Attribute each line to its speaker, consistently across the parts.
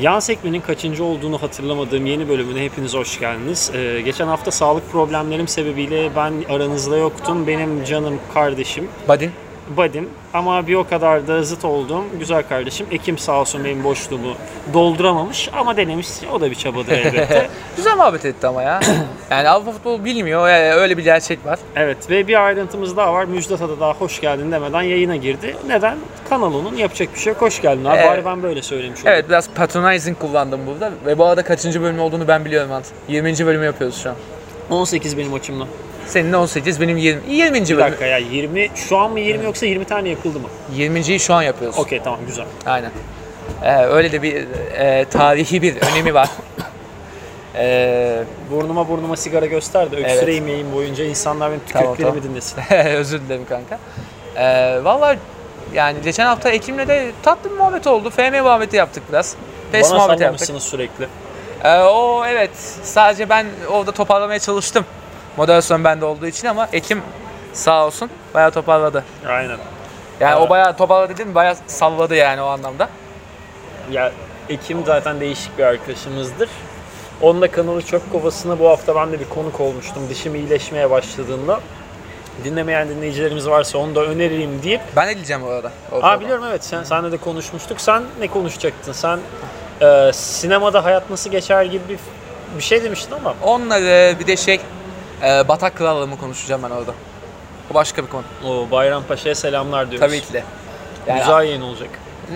Speaker 1: Yan sekmenin kaçıncı olduğunu hatırlamadığım yeni bölümüne hepiniz hoş geldiniz. Ee, geçen hafta sağlık problemlerim sebebiyle ben aranızda yoktum. Benim canım kardeşim
Speaker 2: Badin.
Speaker 1: Badim ama bir o kadar da zıt olduğum güzel kardeşim Ekim sağ olsun benim boşluğumu dolduramamış ama denemiş. O da bir çabadır elbette.
Speaker 2: Güzel muhabbet etti ama ya. yani Avrupa futbolu bilmiyor. yani öyle bir gerçek var.
Speaker 1: evet ve bir ayrıntımız daha var. Müjdat'a da daha hoş geldin demeden yayına girdi. Neden? Kanal onun yapacak bir şey yok. Hoş geldin abi.
Speaker 2: Evet.
Speaker 1: Bari ben böyle söylemiş olayım.
Speaker 2: Evet biraz patronizing kullandım burada. Ve bu arada kaçıncı bölüm olduğunu ben biliyorum artık. 20. bölümü yapıyoruz şu an.
Speaker 1: 18 benim açımdan.
Speaker 2: Senin 18, benim 20. 20.
Speaker 1: Bir
Speaker 2: bölüm.
Speaker 1: dakika ya 20 şu an mı 20 yoksa 20 tane yapıldı mı?
Speaker 2: 20.yi şu an yapıyoruz.
Speaker 1: Okey tamam güzel.
Speaker 2: Aynen. Ee, öyle de bir e, tarihi bir önemi var. Ee,
Speaker 1: Burnuma burnuma sigara göster de öksüreyim yayın boyunca insanlar benim tükürüklerimi
Speaker 2: Tamam, tamam.
Speaker 1: dinlesin.
Speaker 2: Özür dilerim kanka. Ee, Valla yani geçen hafta Ekim'le de tatlı bir muhabbet oldu. FM muhabbeti yaptık biraz. PES
Speaker 1: Bana
Speaker 2: muhabbeti yaptık.
Speaker 1: sallamışsınız sürekli.
Speaker 2: Ee, o evet. Sadece ben orada toparlamaya çalıştım. Moderasyon bende olduğu için ama Ekim sağ olsun bayağı toparladı.
Speaker 1: Aynen.
Speaker 2: Yani
Speaker 1: Evet.
Speaker 2: o bayağı toparladı dedim bayağı salladı yani o anlamda.
Speaker 1: Ya Ekim zaten değişik bir arkadaşımızdır. Onunla kanalı çöp kovasına bu hafta ben de bir konuk olmuştum. Dişim iyileşmeye başladığında. Dinlemeyen dinleyicilerimiz varsa onu da önereyim deyip.
Speaker 2: Ben de diyeceğim bu arada. o
Speaker 1: Aa
Speaker 2: konuda.
Speaker 1: biliyorum evet sen senle de konuşmuştuk. Sen ne konuşacaktın? Sen e, sinemada hayat nasıl geçer gibi bir, bir şey demiştin ama.
Speaker 2: Onunla e, bir de şey e, Batak Krallığımı konuşacağım ben orada. O başka bir konu.
Speaker 1: O Bayrampaşa'ya selamlar diyoruz.
Speaker 2: Tabii ki de. Yani-
Speaker 1: Güzel yayın olacak.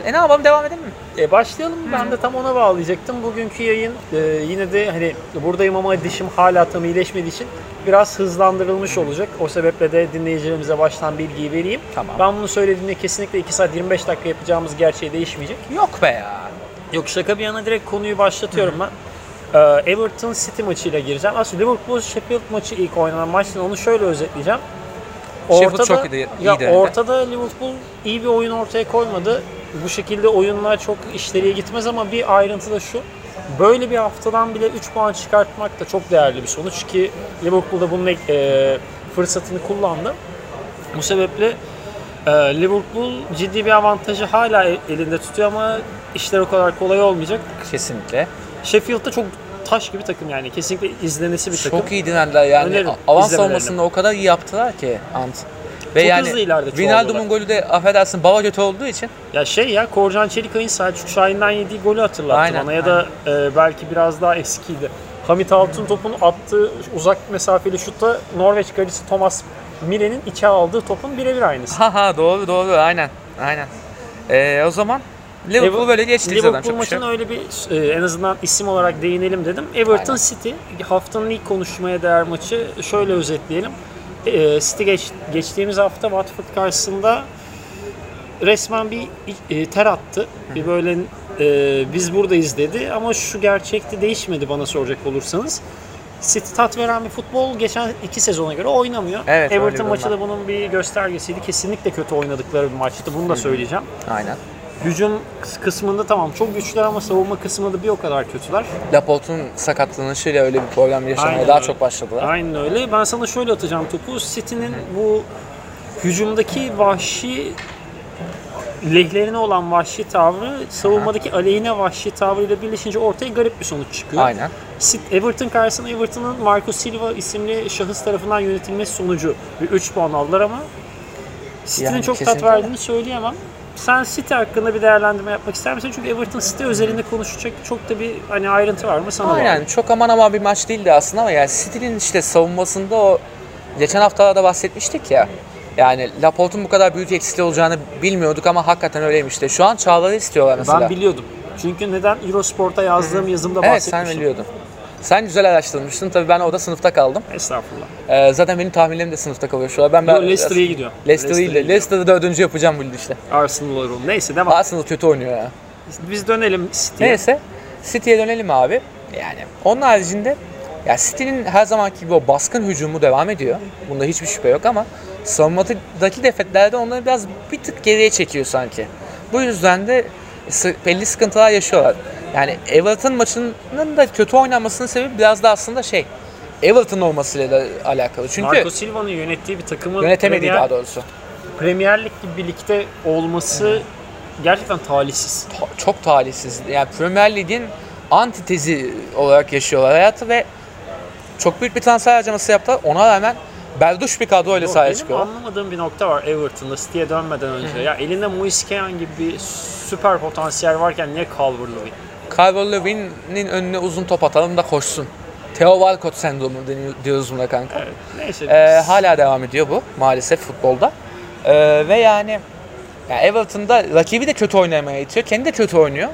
Speaker 2: E, ne yapalım devam edelim mi?
Speaker 1: E başlayalım. Ben de tam ona bağlayacaktım. Bugünkü yayın e, yine de hani buradayım ama dişim hala tam iyileşmediği için biraz hızlandırılmış olacak. O sebeple de dinleyicilerimize baştan bilgiyi vereyim.
Speaker 2: Tamam.
Speaker 1: Ben bunu söylediğimde kesinlikle 2 saat 25 dakika yapacağımız gerçeği değişmeyecek.
Speaker 2: Yok be ya.
Speaker 1: Yok şaka bir yana direkt konuyu başlatıyorum ben. Ee, Everton City maçıyla gireceğim. Aslında Liverpool Sheffield maçı ilk oynanan maçtı. Onu şöyle özetleyeceğim.
Speaker 2: Sheffield çok iyi- iyi
Speaker 1: ya
Speaker 2: denedi.
Speaker 1: ortada Liverpool iyi bir oyun ortaya koymadı. Bu şekilde oyunlar çok işleriye gitmez ama bir ayrıntı da şu. Böyle bir haftadan bile 3 puan çıkartmak da çok değerli bir sonuç ki Liverpool da bunun e, fırsatını kullandı. Bu sebeple ee, Liverpool ciddi bir avantajı hala e- elinde tutuyor ama işler o kadar kolay olmayacak.
Speaker 2: Kesinlikle.
Speaker 1: Sheffield'da çok taş gibi takım yani. Kesinlikle izlenesi bir takım.
Speaker 2: Çok iyi dinlendiler yani.
Speaker 1: Öneririm,
Speaker 2: Avans
Speaker 1: izlemelerini.
Speaker 2: olmasını o kadar iyi yaptılar ki Ant. Ve
Speaker 1: Çok
Speaker 2: yani
Speaker 1: hızlı ileride çoğaldılar.
Speaker 2: Wijnaldum'un golü de affedersin baba götü olduğu için
Speaker 1: Ya şey ya Korcan Çelikay'ın Selçuk Şahin'den yediği golü hatırlattı
Speaker 2: Aynen,
Speaker 1: bana ya da e, belki biraz daha eskiydi. Hamit Altıntop'un attığı uzak mesafeli şutta Norveç kalecisi Thomas Mire'nin içe aldığı topun birebir aynısı.
Speaker 2: Ha ha doğru doğru aynen. Aynen. Ee, o zaman Liverpool
Speaker 1: Liverpool-
Speaker 2: böyle geçti zaten
Speaker 1: Liverpool
Speaker 2: çok bir şey.
Speaker 1: maçına
Speaker 2: yok.
Speaker 1: öyle bir e, en azından isim olarak değinelim dedim. Everton City haftanın ilk konuşmaya değer maçı şöyle özetleyelim. E, City geç, geçtiğimiz hafta Watford karşısında resmen bir e, ter attı. Bir böyle e, biz buradayız dedi ama şu gerçekte değişmedi bana soracak olursanız. City tat veren bir futbol geçen iki sezona göre oynamıyor.
Speaker 2: Evet, öyle bir
Speaker 1: Everton
Speaker 2: durum
Speaker 1: maçı
Speaker 2: var.
Speaker 1: da bunun bir göstergesiydi. Kesinlikle kötü oynadıkları bir maçtı. Bunu da söyleyeceğim.
Speaker 2: Aynen.
Speaker 1: Hücum kısmında tamam çok güçlüler ama savunma kısmında bir o kadar kötüler.
Speaker 2: Laporte'un sakatlanışıyla öyle bir problem yaşamaya
Speaker 1: Aynen
Speaker 2: daha
Speaker 1: öyle.
Speaker 2: çok başladılar.
Speaker 1: Aynen öyle. Ben sana şöyle atacağım topu. City'nin bu hücumdaki vahşi lehlerine olan vahşi tavrı savunmadaki aleyhine vahşi tavrıyla birleşince ortaya garip bir sonuç çıkıyor.
Speaker 2: Aynen.
Speaker 1: Sit- Everton karşısında Everton'ın Marco Silva isimli şahıs tarafından yönetilmesi sonucu bir 3 puan aldılar ama City'nin
Speaker 2: Yani
Speaker 1: çok tat
Speaker 2: kesinlikle.
Speaker 1: verdiğini söyleyemem. Sen City hakkında bir değerlendirme yapmak ister misin? Çünkü Everton City özelinde konuşacak çok da bir hani ayrıntı var mı sana
Speaker 2: Aynen
Speaker 1: bağlı.
Speaker 2: çok aman aman bir maç değildi aslında ama yani City'nin işte savunmasında o geçen haftalarda bahsetmiştik ya. Yani Laporte'un bu kadar büyük eksili olacağını bilmiyorduk ama hakikaten öyleymiş de. Şu an Çağlar'ı istiyorlar mesela.
Speaker 1: Ben biliyordum. Çünkü neden Eurosport'a yazdığım yazımda
Speaker 2: Evet
Speaker 1: bahsetmiştim.
Speaker 2: sen biliyordun. Sen güzel araştırmıştın. Tabii ben orada sınıfta kaldım.
Speaker 1: Estağfurullah.
Speaker 2: Ee, zaten benim tahminlerim de sınıfta kalıyor şu an. Ben,
Speaker 1: Yo,
Speaker 2: ben
Speaker 1: Leicester'e gidiyor.
Speaker 2: Leicester değil
Speaker 1: gidiyor.
Speaker 2: de. Leicester'ı dördüncü yapacağım bu işte.
Speaker 1: Arsenal olur. Neyse devam.
Speaker 2: Arsenal kötü oynuyor ya.
Speaker 1: Biz dönelim City'ye.
Speaker 2: Neyse City'ye dönelim abi. Yani onun haricinde ya City'nin her zamanki gibi o baskın hücumu devam ediyor. Bunda hiçbir şüphe yok ama savunmadaki defetlerde onları biraz bir tık geriye çekiyor sanki. Bu yüzden de sı- belli sıkıntılar yaşıyorlar. Yani Everton maçının da kötü oynanmasının sebebi biraz da aslında şey Everton olmasıyla da alakalı. Çünkü
Speaker 1: Marco Silva'nın yönettiği bir takımın
Speaker 2: yönetemediği
Speaker 1: Premier-
Speaker 2: daha doğrusu.
Speaker 1: Premier Lig gibi bir ligde olması gerçekten talihsiz.
Speaker 2: ta- çok talihsiz. Yani Premier Lig'in antitezi olarak yaşıyorlar hayatı ve çok büyük bir transfer harcaması yaptılar. Ona rağmen berduş bir kadroyla
Speaker 1: Yok,
Speaker 2: sahaya
Speaker 1: benim
Speaker 2: çıkıyor.
Speaker 1: anlamadığım bir nokta var Everton'da City'ye dönmeden önce. Ya elinde Moise Kean gibi bir süper potansiyel varken niye Calvert-Lewin?
Speaker 2: Calvert Lewin'in önüne uzun top atalım da koşsun. Theo Walcott sendromu deniyor- diyoruz buna kanka.
Speaker 1: Evet, neyse.
Speaker 2: Ee, hala devam ediyor bu maalesef futbolda. Ee, ve yani, yani Everton'da rakibi de kötü oynamaya itiyor. Kendi de kötü oynuyor.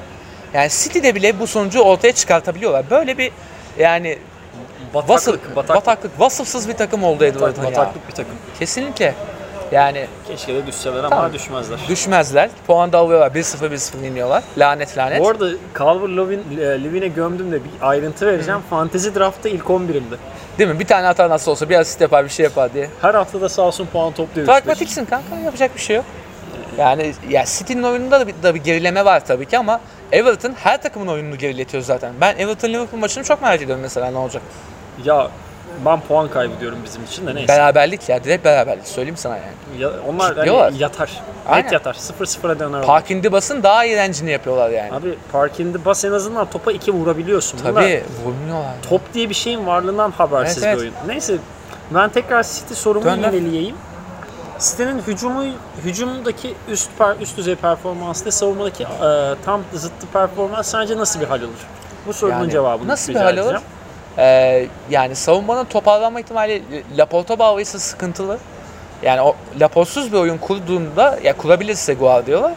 Speaker 2: Yani City'de bile bu sonucu ortaya çıkartabiliyorlar. Böyle bir yani
Speaker 1: bataklık,
Speaker 2: Vasıf, bataklık.
Speaker 1: bataklık,
Speaker 2: vasıfsız bir takım oldu Edward'ın ya.
Speaker 1: bataklık bir takım.
Speaker 2: Kesinlikle. Yani
Speaker 1: Keşke de düşseler ama
Speaker 2: Tamam.
Speaker 1: düşmezler.
Speaker 2: düşmezler. Puan da alıyorlar. 1-0 1-0 iniyorlar. Lanet lanet.
Speaker 1: Bu arada Calvert-Lewin, e, Lewin'e gömdüm de bir ayrıntı vereceğim. Fantasy Draft'ta ilk 11'imdi.
Speaker 2: Değil mi? Bir tane hata nasıl olsa bir asist yapar bir şey yapar diye.
Speaker 1: Her hafta da sağ olsun puan topluyor. Beşiktaş.
Speaker 2: Pragmatiksin kanka. Yapacak bir şey yok. Yani ya City'nin oyununda da bir, da bir gerileme var tabii ki ama Everton her takımın oyununu geriletiyor zaten. Ben Everton Liverpool maçını çok merak ediyorum mesela ne olacak.
Speaker 1: Ya ben puan kaybediyorum bizim için de neyse.
Speaker 2: Beraberlik ya direkt beraberlik söyleyeyim sana yani.
Speaker 1: Ya- onlar hani
Speaker 2: Diyorlar.
Speaker 1: yatar.
Speaker 2: Aynen.
Speaker 1: Net yatar. 0-0'a döner. onlar.
Speaker 2: Park in the basın daha iğrencini yapıyorlar yani.
Speaker 1: Abi parkinde bas en azından topa iki vurabiliyorsun. Bunlar
Speaker 2: tabii vurmuyorlar.
Speaker 1: top diye bir şeyin varlığından habersiz
Speaker 2: Evet, evet.
Speaker 1: bir oyun. Neyse ben tekrar City sorumu
Speaker 2: Dön lan.
Speaker 1: yineleyeyim. City'nin hücumu, hücumdaki üst per- üst düzey performansı ile savunmadaki e, tam zıttı performans sence nasıl bir hal olur? Bu sorunun
Speaker 2: Yani
Speaker 1: cevabını
Speaker 2: nasıl bir
Speaker 1: rica
Speaker 2: hal olur?
Speaker 1: edeceğim.
Speaker 2: Ee, yani savunmanın toparlanma ihtimali Laporta bağlıysa sıkıntılı. Yani o Laporta'suz bir oyun kurduğunda ya kurabilirse Guardiola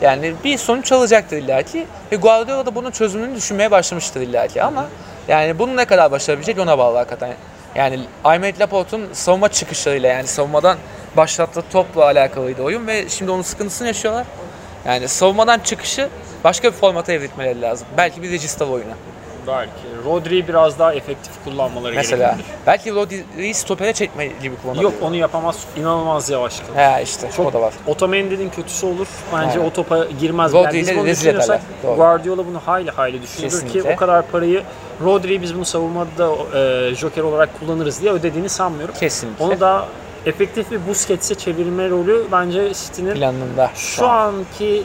Speaker 2: yani bir sonuç alacaktır illaki. Ve Guardiola da bunun çözümünü düşünmeye başlamıştır illaki ama yani bunu ne kadar başarabilecek ona bağlı hakikaten. Yani Ahmet Laporte'un savunma çıkışlarıyla yani savunmadan başlattığı topla alakalıydı oyun ve şimdi onun sıkıntısını yaşıyorlar. Yani savunmadan çıkışı başka bir formata evritmeleri lazım. Belki bir register oyuna.
Speaker 1: Belki. Rodri'yi biraz daha efektif kullanmaları
Speaker 2: Mesela
Speaker 1: gerekebilir.
Speaker 2: belki Rodri'yi stopere çekme gibi kullanabilir.
Speaker 1: Yok onu yapamaz. İnanılmaz yavaş kalır.
Speaker 2: He işte o da var.
Speaker 1: Otamendi'nin kötüsü olur. Bence
Speaker 2: Aynen.
Speaker 1: o topa girmez.
Speaker 2: Rodri
Speaker 1: Yani biz
Speaker 2: ile
Speaker 1: bunu
Speaker 2: rezil ederler.
Speaker 1: düşünüyorsak
Speaker 2: Doğru.
Speaker 1: Guardiola bunu hayli hayli düşünür ki
Speaker 2: Kesinlikle.
Speaker 1: o kadar parayı Rodri'yi biz bunu savunmada e, joker olarak kullanırız diye ödediğini sanmıyorum.
Speaker 2: Kesinlikle.
Speaker 1: Onu daha efektif bir Busquets'e çevirme rolü bence City'nin
Speaker 2: planında.
Speaker 1: şu anki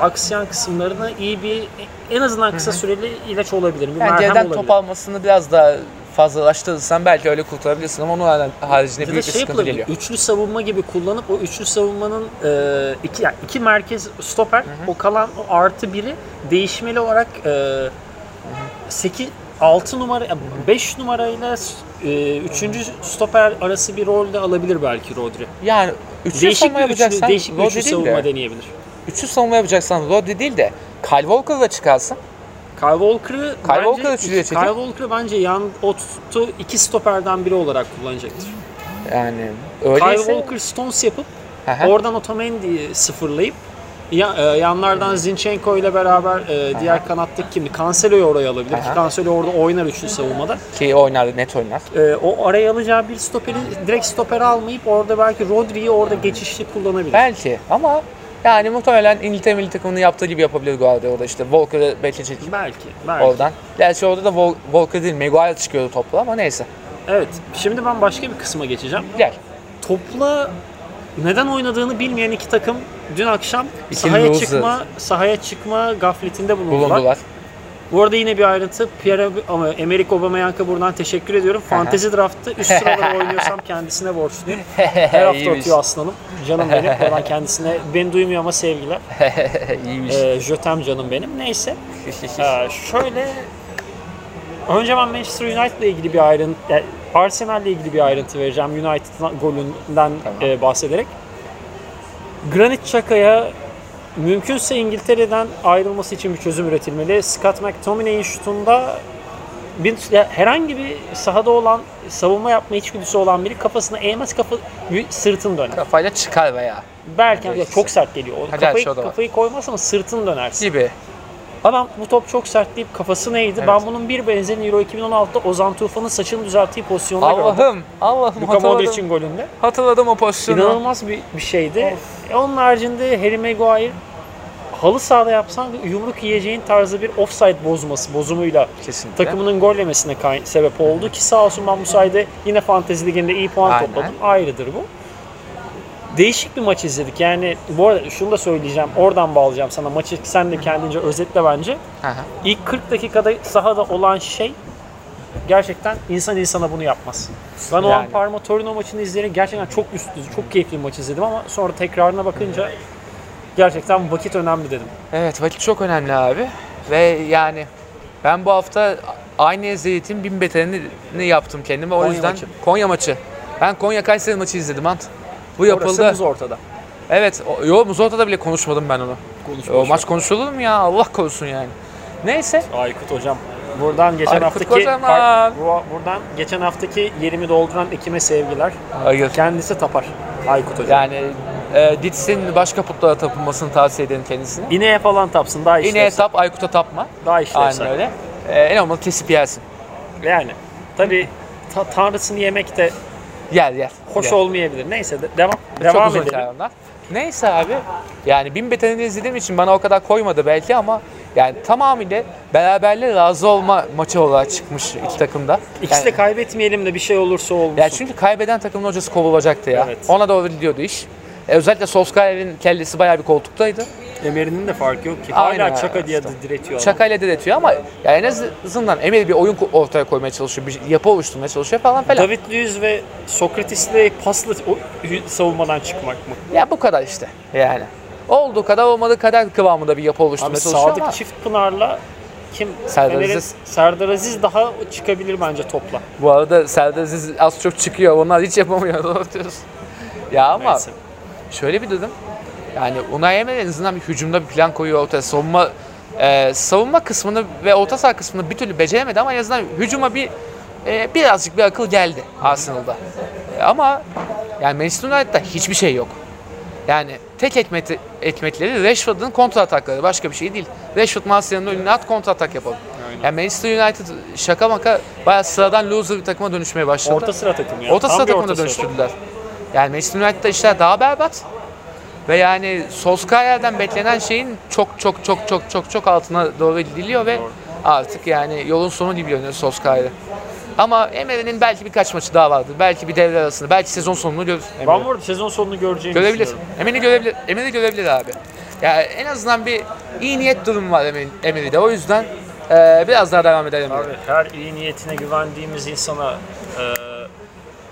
Speaker 1: aksiyon kısımlarına iyi bir en azından kısa süreli ilaç olabilir. Bir
Speaker 2: Bence
Speaker 1: merhem
Speaker 2: elden
Speaker 1: olabilir.
Speaker 2: top almasını biraz daha fazlalaştırırsan belki öyle kurtarabilirsin ama onun har- haricinde
Speaker 1: Ya da
Speaker 2: büyük bir
Speaker 1: şey
Speaker 2: sıkıntı
Speaker 1: yapılabilir.
Speaker 2: geliyor.
Speaker 1: Üçlü savunma gibi kullanıp o üçlü savunmanın e, iki yani iki merkez stoper o kalan o artı biri değişmeli olarak 8 6 numara 5 numarayla e, 3. stoper arası bir rol de alabilir belki Rodri.
Speaker 2: Yani üçlü
Speaker 1: Değişik
Speaker 2: savunma
Speaker 1: bir üçlü,
Speaker 2: yapacaksan
Speaker 1: değişik bir üçlü
Speaker 2: şey Rodri değil
Speaker 1: savunma
Speaker 2: de.
Speaker 1: deneyebilir.
Speaker 2: Üçlü savunma yapacaksan Rodri değil de Kyle Walker'la çıkarsın.
Speaker 1: Kyle Walker'ı
Speaker 2: Kyle
Speaker 1: bence-
Speaker 2: Walker'ı üçlüye çekip-
Speaker 1: Kyle Walker'ı bence yan o tuttu iki stoperden biri olarak kullanacaktır.
Speaker 2: Yani
Speaker 1: Kyle
Speaker 2: öyleyse.
Speaker 1: Walker Stones yapıp
Speaker 2: Hı hı.
Speaker 1: Oradan Otamendi'yi sıfırlayıp ya, e, yanlardan Zinchenko ile beraber e, diğer kanattaki kimdi? Cancelo'yu oraya alabilir.
Speaker 2: Aha.
Speaker 1: Ki Cancelo orada oynar üçlü savunmada.
Speaker 2: Ki oynar, net oynar.
Speaker 1: E, o araya alacağı bir stoperi direkt stoper almayıp orada belki Rodri'yi orada geçişli kullanabilir.
Speaker 2: Belki ama yani muhtemelen İngiltere milli takımının yaptığı gibi yapabilir Guardiola işte. Walker'ı belki çekip
Speaker 1: Belki. belki.
Speaker 2: Oradan. Gerçi orada da Vol- Volker değil Maguire çıkıyordu topla ama neyse.
Speaker 1: Evet. Şimdi ben başka bir kısma geçeceğim.
Speaker 2: Gel.
Speaker 1: Topla neden oynadığını bilmeyen iki takım dün akşam
Speaker 2: İki
Speaker 1: sahaya
Speaker 2: loser.
Speaker 1: çıkma sahaya çıkma gafletinde bulundular.
Speaker 2: Bulundular.
Speaker 1: Bu arada yine bir ayrıntı. Pierre ama Emerick Aubameyang'a buradan teşekkür ediyorum. Fantasy draft'ta üst sıralara oynuyorsam kendisine borçluyum. Her hafta
Speaker 2: İyiymiş.
Speaker 1: atıyor aslanım. Canım benim. Buradan kendisine beni duymuyor ama sevgiler.
Speaker 2: İyiymiş.
Speaker 1: Ee, jötem canım benim. Neyse. Ee, şöyle önce ben Manchester United'la ilgili bir ayrıntı yani Arsenal'le ilgili bir ayrıntı vereceğim. United golünden
Speaker 2: Tamam.
Speaker 1: e, bahsederek. Granit Xhaka'ya mümkünse İngiltere'den ayrılması için bir çözüm üretilmeli. Scott McTominay'in şutunda bir, ya herhangi bir sahada olan savunma yapma içgüdüsü olan biri kafasına eğmez kafa sırtını döner.
Speaker 2: Kafayla çıkar veya
Speaker 1: Belki ya
Speaker 2: Neyse.
Speaker 1: çok sert geliyor. O
Speaker 2: gerçi
Speaker 1: kafayı,
Speaker 2: o da var.
Speaker 1: kafayı koymaz ama sırtını dönersin.
Speaker 2: gibi.
Speaker 1: Adam bu top çok sert deyip kafasını eğdi.
Speaker 2: Evet.
Speaker 1: Ben bunun bir benzerini Euro 2016'da Ozan Tufan'ın saçını düzelttiği pozisyonda gördüm.
Speaker 2: Allah'ım. Allah'ım
Speaker 1: Luka
Speaker 2: hatırladım.
Speaker 1: Modric'in golünde.
Speaker 2: Hatırladım o pozisyonu.
Speaker 1: İnanılmaz bir, bir şeydi. E, onun haricinde Harry Maguire halı sahada yapsan yumruk yiyeceğin tarzı bir offside bozması, bozumuyla
Speaker 2: Kesinlikle.
Speaker 1: takımının gol yemesine kay- sebep oldu ki sağ olsun ben bu sayede yine Fantezi Ligi'nde iyi puan
Speaker 2: Aynen.
Speaker 1: topladım. Ayrıdır bu. değişik bir maç izledik. Yani bu arada şunu da söyleyeceğim. Oradan bağlayacağım sana. Maçı sen de kendince özetle bence.
Speaker 2: Hı hı.
Speaker 1: İlk 40 dakikada sahada olan şey gerçekten insan insana bunu yapmaz. Ben o an
Speaker 2: Yani.
Speaker 1: Parma Torino maçını izlerim. Gerçekten çok üst düzey, çok keyifli bir maç izledim ama sonra tekrarına bakınca gerçekten vakit önemli dedim.
Speaker 2: Evet vakit çok önemli abi. Ve yani ben bu hafta aynı eziyetin bin beterini yaptım kendime. O
Speaker 1: Konya
Speaker 2: yüzden
Speaker 1: maçı.
Speaker 2: Konya maçı. Ben Konya Kayseri maçı izledim Ant. Bu
Speaker 1: Orası
Speaker 2: yapıldı.
Speaker 1: buz ortada.
Speaker 2: Evet. O, yo Muzorta'da bile konuşmadım ben onu.
Speaker 1: Ee,
Speaker 2: O maç konuşulur mu ya? Allah korusun yani. Neyse.
Speaker 1: Aykut hocam. Buradan geçen
Speaker 2: Aykut
Speaker 1: haftaki
Speaker 2: hocam.
Speaker 1: par- bu- buradan geçen haftaki yerimi dolduran ekime sevgiler.
Speaker 2: Hayır.
Speaker 1: Kendisi tapar Aykut hocam.
Speaker 2: Yani e, Dits'in başka putlara tapılmasını tavsiye ederim kendisine.
Speaker 1: İneğe falan tapsın daha işlevsel.
Speaker 2: Yine tap Aykut'a tapma.
Speaker 1: daha
Speaker 2: Aynen
Speaker 1: işlevsel.
Speaker 2: öyle. E, en olmadı kesip yersin.
Speaker 1: Yani tabii ta- tanrısını yemek de
Speaker 2: Yer yer.
Speaker 1: hoş
Speaker 2: yer.
Speaker 1: olmayabilir. Neyse de- devam
Speaker 2: Çok
Speaker 1: devam
Speaker 2: uzun
Speaker 1: edelim.
Speaker 2: hikaye onlar. Neyse abi. Yani bin betenini izlediğim için bana o kadar koymadı belki ama yani tamamıyla beraberliğe razı olma maçı olarak çıkmış iki takımda.
Speaker 1: İkisi
Speaker 2: yani,
Speaker 1: de kaybetmeyelim de bir şey olursa olmasın.
Speaker 2: yani çünkü kaybeden takımın hocası kovulacaktı ya.
Speaker 1: Evet.
Speaker 2: Ona doğru gidiyordu iş. E, özellikle Solskjaer'in kellesi bayağı bir koltuktaydı.
Speaker 1: Emer'inin de farkı yok ki.
Speaker 2: Aynen
Speaker 1: Hala
Speaker 2: öyle
Speaker 1: çaka diye
Speaker 2: işte.
Speaker 1: diretiyor. adam.
Speaker 2: Şakayla diretiyor ama yani en azından Emir bir oyun ko- ortaya koymaya çalışıyor, bir yapı oluşturmaya çalışıyor falan filan.
Speaker 1: David Luiz ve Sokrates'le paslı o, savunmadan çıkmak mı?
Speaker 2: Ya bu kadar işte yani. Olduğu kadar olmadığı kadar kıvamında bir yapı
Speaker 1: Abi
Speaker 2: oluşturmaya çalışıyor
Speaker 1: Sadık
Speaker 2: ama
Speaker 1: Çiftpınar'la kim?
Speaker 2: Serdar
Speaker 1: Fener'in-
Speaker 2: Aziz.
Speaker 1: Serdar Aziz daha çıkabilir bence topla.
Speaker 2: bu arada Serdar Aziz az çok çıkıyor. Onlar hiç yapamıyor. Doğru diyorsun. Ya ama
Speaker 1: Neyse.
Speaker 2: şöyle bir dedim. Yani Unai Emery en azından bir hücumda bir plan koyuyor ortaya. Savunma e, savunma kısmını ve orta saha kısmını bir türlü beceremedi ama en azından hücuma bir e, birazcık bir akıl geldi Arsenal'da. E, ama yani Manchester United'da hiçbir şey yok. Yani tek ekmeti, ekmekleri Rashford'un kontra atakları. Başka bir şey değil. Rashford Marsilya'nın önüne at kontra atak yapalım. Yani Manchester United şaka maka bayağı sıradan loser bir takıma dönüşmeye başladı.
Speaker 1: Orta sıra takımı ya.
Speaker 2: Orta
Speaker 1: Tam bir
Speaker 2: saha takımına
Speaker 1: orta sıra
Speaker 2: dönüştürdüler. Yani Manchester United'da işler daha berbat. Ve yani Solskjaer'den beklenen şeyin çok çok çok çok çok çok altına doğru gidiliyor ve artık yani yolun sonu gibi görünüyor Solskjaer'e. Ama Emery'nin belki birkaç maçı daha vardı. Belki bir devre arasında. Belki sezon sonunu görür. Emery.
Speaker 1: Ben bu arada sezon sonunu göreceğimi
Speaker 2: Görebilir.
Speaker 1: düşünüyorum.
Speaker 2: Emery görebilir. Emery görebilir abi. Ya en azından bir iyi niyet durumu var Emery- Emery'de. O yüzden eee, biraz daha devam edelim.
Speaker 1: Abi her iyi niyetine güvendiğimiz insana e,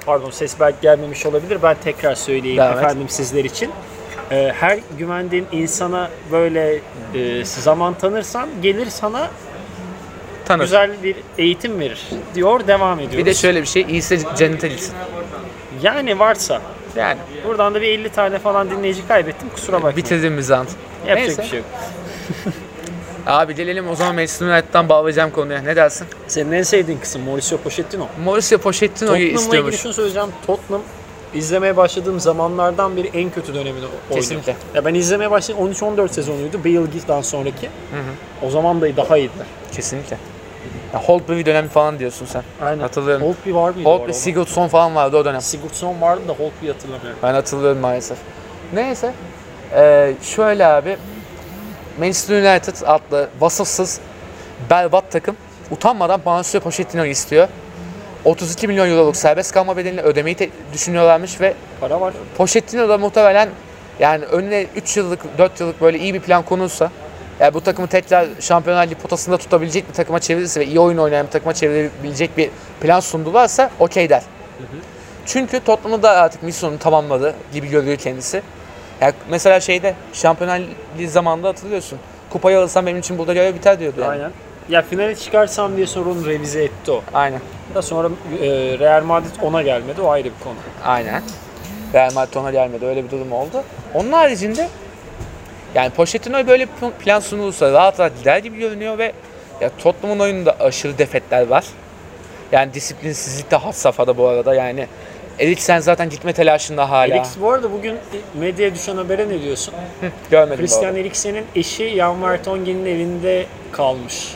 Speaker 1: pardon ses belki gelmemiş olabilir. Ben tekrar söyleyeyim
Speaker 2: Devam et.
Speaker 1: efendim sizler için. E, her güvendiğin insana böyle e, zaman tanırsan gelir sana
Speaker 2: Tanır.
Speaker 1: güzel bir eğitim verir diyor devam ediyoruz.
Speaker 2: Bir de şöyle bir şey. İyisi cennete gitsin.
Speaker 1: Yani varsa
Speaker 2: Yani.
Speaker 1: buradan da bir 50 tane falan dinleyici kaybettim kusura bakmayın.
Speaker 2: Bitirdim Bizant.
Speaker 1: Yapacak
Speaker 2: Neyse.
Speaker 1: bir şey yok.
Speaker 2: Abi gelelim o zaman Manchester United'dan bağlayacağım konuya. Ne dersin?
Speaker 1: Senin en sevdiğin kısım Mauricio Pochettino.
Speaker 2: Mauricio Pochettino'yu
Speaker 1: Tottenham'la ilgili
Speaker 2: istiyormuş.
Speaker 1: şunu söyleyeceğim. Tottenham izlemeye başladığım zamanlardan beri en kötü dönemini oynuyor.
Speaker 2: Kesinlikle.
Speaker 1: Ya ben izlemeye başladım 13-14 sezonuydu. Bale Giggs'den sonraki. O zaman da daha iyiydiler.
Speaker 2: Kesinlikle. Ya Holtby dönemi falan diyorsun sen. Hatırlıyorum.
Speaker 1: Holtby var mıydı?
Speaker 2: Holtby,
Speaker 1: orada?
Speaker 2: Sigurdsson falan vardı o dönem.
Speaker 1: Sigurdsson vardı da Holtby'yi hatırlamıyorum.
Speaker 2: Ben hatırlıyorum maalesef. Neyse. Ee, şöyle abi. Manchester United adlı vasıfsız berbat takım utanmadan Mauricio Pochettino'yu istiyor. 32 milyon euroluk serbest kalma bedelini ödemeyi te- düşünüyorlarmış ve
Speaker 1: Para var.
Speaker 2: Pochettino da muhtemelen yani önüne 3 yıllık 4 yıllık böyle iyi bir plan konulsa yani bu takımı tekrar Şampiyonlar Ligi potasında tutabilecek bir takıma çevirirse ve iyi oyun oynayan bir takıma çevirebilecek bir plan sundularsa okey der. Çünkü Tottenham'ı da artık misyonunu tamamladı gibi görüyor kendisi. Yani mesela şeyde Şampiyonlar Ligi zamanında hatırlıyorsun. Kupayı alırsam benim için burada görev biter diyordu yani.
Speaker 1: Aynen. Ya finale çıkarsam diye sonra onu revize etti o.
Speaker 2: Aynen.
Speaker 1: Da sonra e, Real Madrid ona gelmedi. O ayrı bir konu.
Speaker 2: Aynen. Real Madrid ona gelmedi. Öyle bir durum oldu. Onun haricinde yani Pochettino'ya böyle bir plan sunulursa rahat rahat gider gibi görünüyor ve ya Tottenham'ın oyununda aşırı defetler var. Yani disiplinsizlik de had safhada bu arada. Yani Eriksen zaten gitme telaşında hala.
Speaker 1: Eriksen bu arada bugün medyaya düşen habere ne diyorsun?
Speaker 2: Görmedim bu
Speaker 1: Christian
Speaker 2: arada.
Speaker 1: Eriksen'in eşi Jan Vertonghen'in evinde kalmış.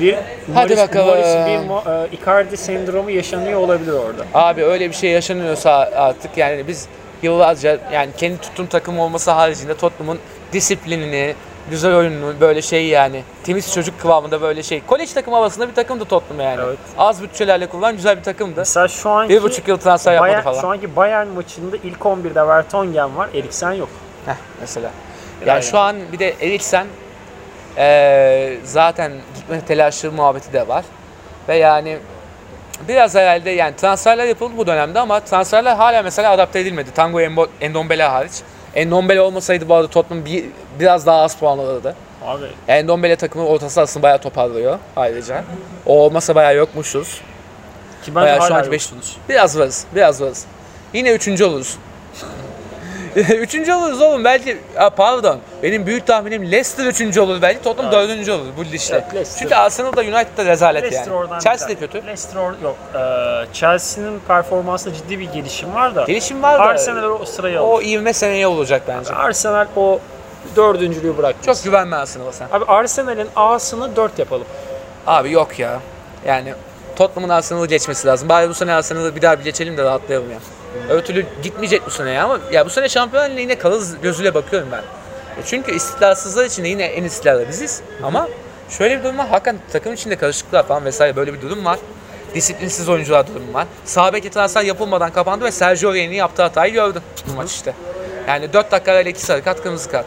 Speaker 1: Bir
Speaker 2: Hadi
Speaker 1: Maurice-
Speaker 2: bakalım.
Speaker 1: Maurice bir Mo- e, Icardi sendromu yaşanıyor olabilir orada.
Speaker 2: Abi öyle bir şey yaşanıyorsa artık yani biz yıllarca yani kendi tuttuğum takım olması haricinde Tottenham'ın disiplinini, güzel oyunlu böyle şey yani temiz çocuk kıvamında böyle şey. Kolej takım havasında bir takımdı Tottenham yani.
Speaker 1: Evet.
Speaker 2: Az bütçelerle kurulan güzel bir takımdı.
Speaker 1: Mesela şu anki
Speaker 2: Bir buçuk yıl transfer yapmadı
Speaker 1: Bayern,
Speaker 2: falan.
Speaker 1: şu anki Bayern maçında ilk 11'de Vertonghen var, Eriksen yok.
Speaker 2: Heh, mesela.
Speaker 1: Helal
Speaker 2: Yani şu an bir de Eriksen eee, zaten gitme telaşı muhabbeti de var. Ve yani biraz herhalde yani transferler yapıldı bu dönemde ama transferler hala mesela adapte edilmedi. Tango Embo- Endombele hariç. Endombele olmasaydı bu arada Tottenham bir, biraz daha az puan alırdı.
Speaker 1: Abi
Speaker 2: Endombele takımın orta sahasını bayağı toparlıyor ayrıca. O olmasa bayağı yokmuşuz.
Speaker 1: ki bence
Speaker 2: Bayağı şu
Speaker 1: hala
Speaker 2: an beş-
Speaker 1: yoksunuz.
Speaker 2: Biraz varız, biraz varız. Yine üçüncü oluruz. üçüncü oluruz oğlum belki, Aa, pardon. Benim büyük tahminim Leicester üçüncü olur belki, Tottenham dördüncü olur bu işte.
Speaker 1: Evet, Leicester.
Speaker 2: Çünkü Arsenal'da United'da rezalet
Speaker 1: Leicester oradan
Speaker 2: yani. Chelsea de
Speaker 1: güzel.
Speaker 2: kötü.
Speaker 1: Leicester or- yok. Ee, Chelsea'nin performansında ciddi bir gelişim var da.
Speaker 2: Gelişim var da
Speaker 1: Arsenal o sıraya
Speaker 2: o
Speaker 1: alır.
Speaker 2: 20 seneye olacak bence.
Speaker 1: Arsenal o dördüncülüğü bırakacak.
Speaker 2: Çok güvenme Arsenal'a sen.
Speaker 1: Abi Arsenal'in A'sını 4 yapalım.
Speaker 2: Abi yok ya. Yani Tottenham'ın Arsenal'ı geçmesi lazım. Bari bu sene Arsenal'ı bir daha bir geçelim de rahatlayalım ya. Öbür türlü gitmeyecek bu sene ya ama ya bu sene Şampiyonlar Ligi'ne kalırız gözüyle bakıyorum ben. E Çünkü istikrarsızlar içinde yine en istikrarlı biziz ama şöyle bir durum var. Hakikaten takım içinde karışıklıklar falan vesaire böyle bir durum var. Disiplinsiz oyuncular durumu var. Sağ bek transfer yapılmadan kapandı ve Sergio Rey'nin yaptığı hatayı gördüm bu maç işte. Yani 4 dakikayla 2 sarı kart kırmızı kart.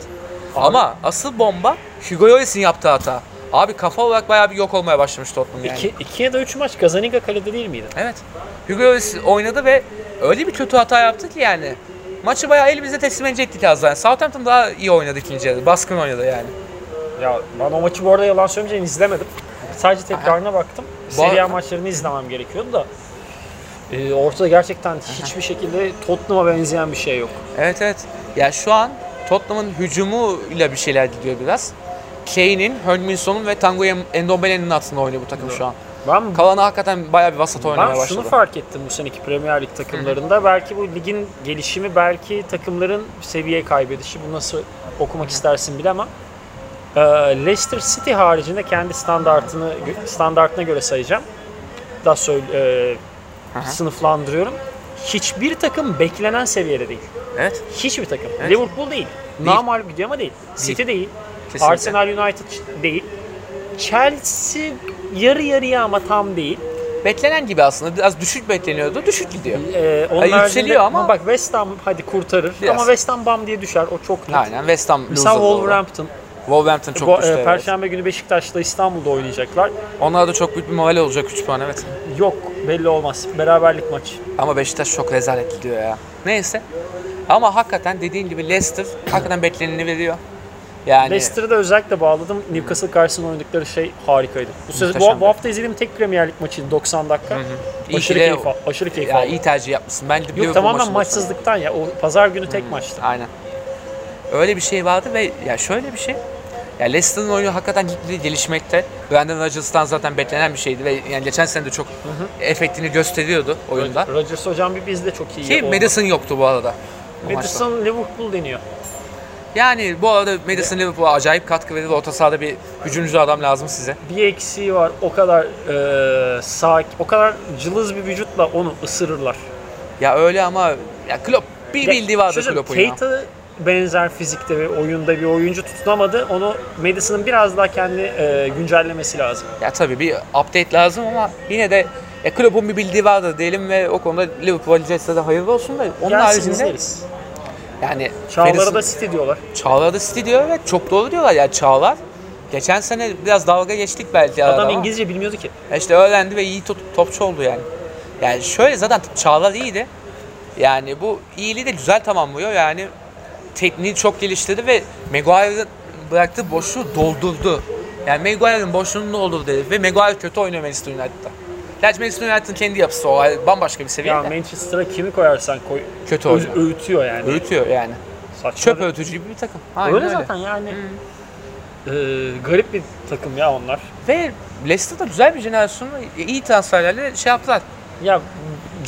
Speaker 2: Ama asıl bomba Hugo Lloris'in yaptığı hata. Abi kafa olarak bayağı bir yok olmaya başlamış Tottenham yani.
Speaker 1: 2 ya da 3 maç Gazaniga kalede değil miydi?
Speaker 2: Evet. Hugo Lloris oynadı ve öyle bir kötü hata yaptı ki yani. Maçı bayağı elimize teslim edecektik az daha. Southampton daha iyi oynadı ikinci yarıda. Baskın oynadı yani.
Speaker 1: Ya ben o maçı bu arada yalan söylemeyeceğim izlemedim. Sadece tekrarına baktım. Serie A maçlarını izlemem gerekiyordu da. Ee, ortada gerçekten hiçbir şekilde Tottenham'a benzeyen bir şey yok.
Speaker 2: Evet evet. Ya şu an Tottenham'ın hücumuyla bir şeyler gidiyor biraz. Kane'in, Hönminson'un ve Tango Endombele'nin aslında oynuyor bu takım şu an.
Speaker 1: Ben
Speaker 2: Kalanı hakikaten bayağı bir vasat oynamaya
Speaker 1: ben şunu
Speaker 2: başladı.
Speaker 1: fark ettim bu seneki Premier Lig takımlarında. Belki bu ligin gelişimi, belki takımların seviye kaybedişi. Bu nasıl okumak istersin bilemem. Ee, Leicester City haricinde kendi standartını standartına göre sayacağım. Daha söyle,
Speaker 2: Hı
Speaker 1: e,
Speaker 2: hı.
Speaker 1: sınıflandırıyorum. Hiçbir takım beklenen seviyede değil.
Speaker 2: Evet.
Speaker 1: Hiçbir takım.
Speaker 2: Evet.
Speaker 1: Liverpool değil. Namal gidiyor ama değil. City değil.
Speaker 2: Kesinlikle.
Speaker 1: Arsenal United değil. Chelsea yarı yarıya ama tam değil.
Speaker 2: Beklenen gibi aslında. Biraz düşük bekleniyordu. Düşük gidiyor.
Speaker 1: Ee, onun
Speaker 2: yükseliyor
Speaker 1: haricinde-
Speaker 2: ama-
Speaker 1: bak West Ham hadi kurtarır
Speaker 2: Biraz.
Speaker 1: ama West Ham bam diye düşer o çok net.
Speaker 2: Aynen. West Ham
Speaker 1: Mesela
Speaker 2: loser'dı orada.
Speaker 1: Wolverhampton
Speaker 2: Wolverhampton çok
Speaker 1: bu,
Speaker 2: düştü.
Speaker 1: e,
Speaker 2: evet.
Speaker 1: Perşembe günü Beşiktaş'la İstanbul'da oynayacaklar.
Speaker 2: Onlar da çok büyük bir moral olacak 3 puan evet.
Speaker 1: Yok belli olmaz. Beraberlik maçı.
Speaker 2: Ama Beşiktaş çok rezalet gidiyor ya. Neyse. Ama hakikaten dediğin gibi Leicester hakikaten bekleneni veriyor. Yani
Speaker 1: Leicester'ı da özellikle bağladım. Newcastle karşısında oynadıkları şey harikaydı. Bu, sezon, bu,
Speaker 2: Muhteşemdi.
Speaker 1: bu hafta izlediğim tek Premier Lig maçıydı 90 dakika.
Speaker 2: İyi
Speaker 1: Aşırı
Speaker 2: ki de-
Speaker 1: keyif, al- aşırı keyif
Speaker 2: ya
Speaker 1: aldım.
Speaker 2: iyi tercih yapmışsın. Ben de Liverpool
Speaker 1: Yok tamamen
Speaker 2: maçında-
Speaker 1: maçsızlıktan ya. O pazar günü tek maçtı.
Speaker 2: Aynen. Öyle bir şey vardı ve ya şöyle bir şey. Ya Leicester'ın oyunu hakikaten gitgide gelişmekte. Brandon Rodgers'tan zaten beklenen bir şeydi ve yani geçen sene de çok efektini gösteriyordu oyunda.
Speaker 1: Rodgers hocam bir bizde çok iyi.
Speaker 2: Ki
Speaker 1: oldu.
Speaker 2: Madison yoktu bu arada. bu maçta.
Speaker 1: Madison Liverpool deniyor.
Speaker 2: Yani bu arada Madison Liverpool'a acayip katkı verir. Orta sahada bir hücumcu adam lazım size.
Speaker 1: Bir eksiği var. O kadar eee sakin, o kadar cılız bir vücutla onu ısırırlar.
Speaker 2: Ya öyle ama ya Klopp bir bildiği vardı
Speaker 1: Şöyle,
Speaker 2: Klopp'un ya.
Speaker 1: Keita benzer fizikte ve oyunda bir oyuncu tutunamadı. Onu Madison'ın biraz daha kendi eee, güncellemesi lazım.
Speaker 2: Ya tabii bir update lazım ama yine de ya Klopp'un bir bildiği vardı diyelim ve o konuda Liverpool Jets'e de hayırlı olsun da onun
Speaker 1: Gelsin
Speaker 2: haricinde
Speaker 1: izleriz.
Speaker 2: yani
Speaker 1: Çağlar'a
Speaker 2: Madison-
Speaker 1: da City diyorlar.
Speaker 2: Çağlar'da City diyor ve çok doğru diyorlar ya Çağlar. Geçen sene biraz dalga geçtik belki arada
Speaker 1: Adam
Speaker 2: ama
Speaker 1: İngilizce bilmiyordu ki.
Speaker 2: ya işte öğrendi ve iyi top- topçu oldu yani. Yani şöyle zaten Çağlar iyiydi. Yani bu iyiliği de güzel tamamlıyor yani tekniği çok geliştirdi ve Maguire'ın bıraktığı boşluğu doldurdu. Yani Maguire'ın boşluğunu doldurdu dedi ve Maguire kötü oynuyor Manchester United'da. Gerçi Manchester United'ın kendi yapısı o ayrı- bambaşka bir seviye
Speaker 1: Ya
Speaker 2: de.
Speaker 1: Manchester'a kimi koyarsan koy.
Speaker 2: kötü
Speaker 1: Ö-
Speaker 2: oynuyor.
Speaker 1: öğütüyor yani.
Speaker 2: Öğütüyor yani.
Speaker 1: Saçma
Speaker 2: Çöp
Speaker 1: bir-
Speaker 2: öğütücü gibi bir takım.
Speaker 1: Öyle,
Speaker 2: Aynen öyle.
Speaker 1: zaten yani. Eee, garip bir takım ya onlar.
Speaker 2: Ve Leicester'da güzel bir jenerasyonla iyi transferlerle şey yaptılar.
Speaker 1: Ya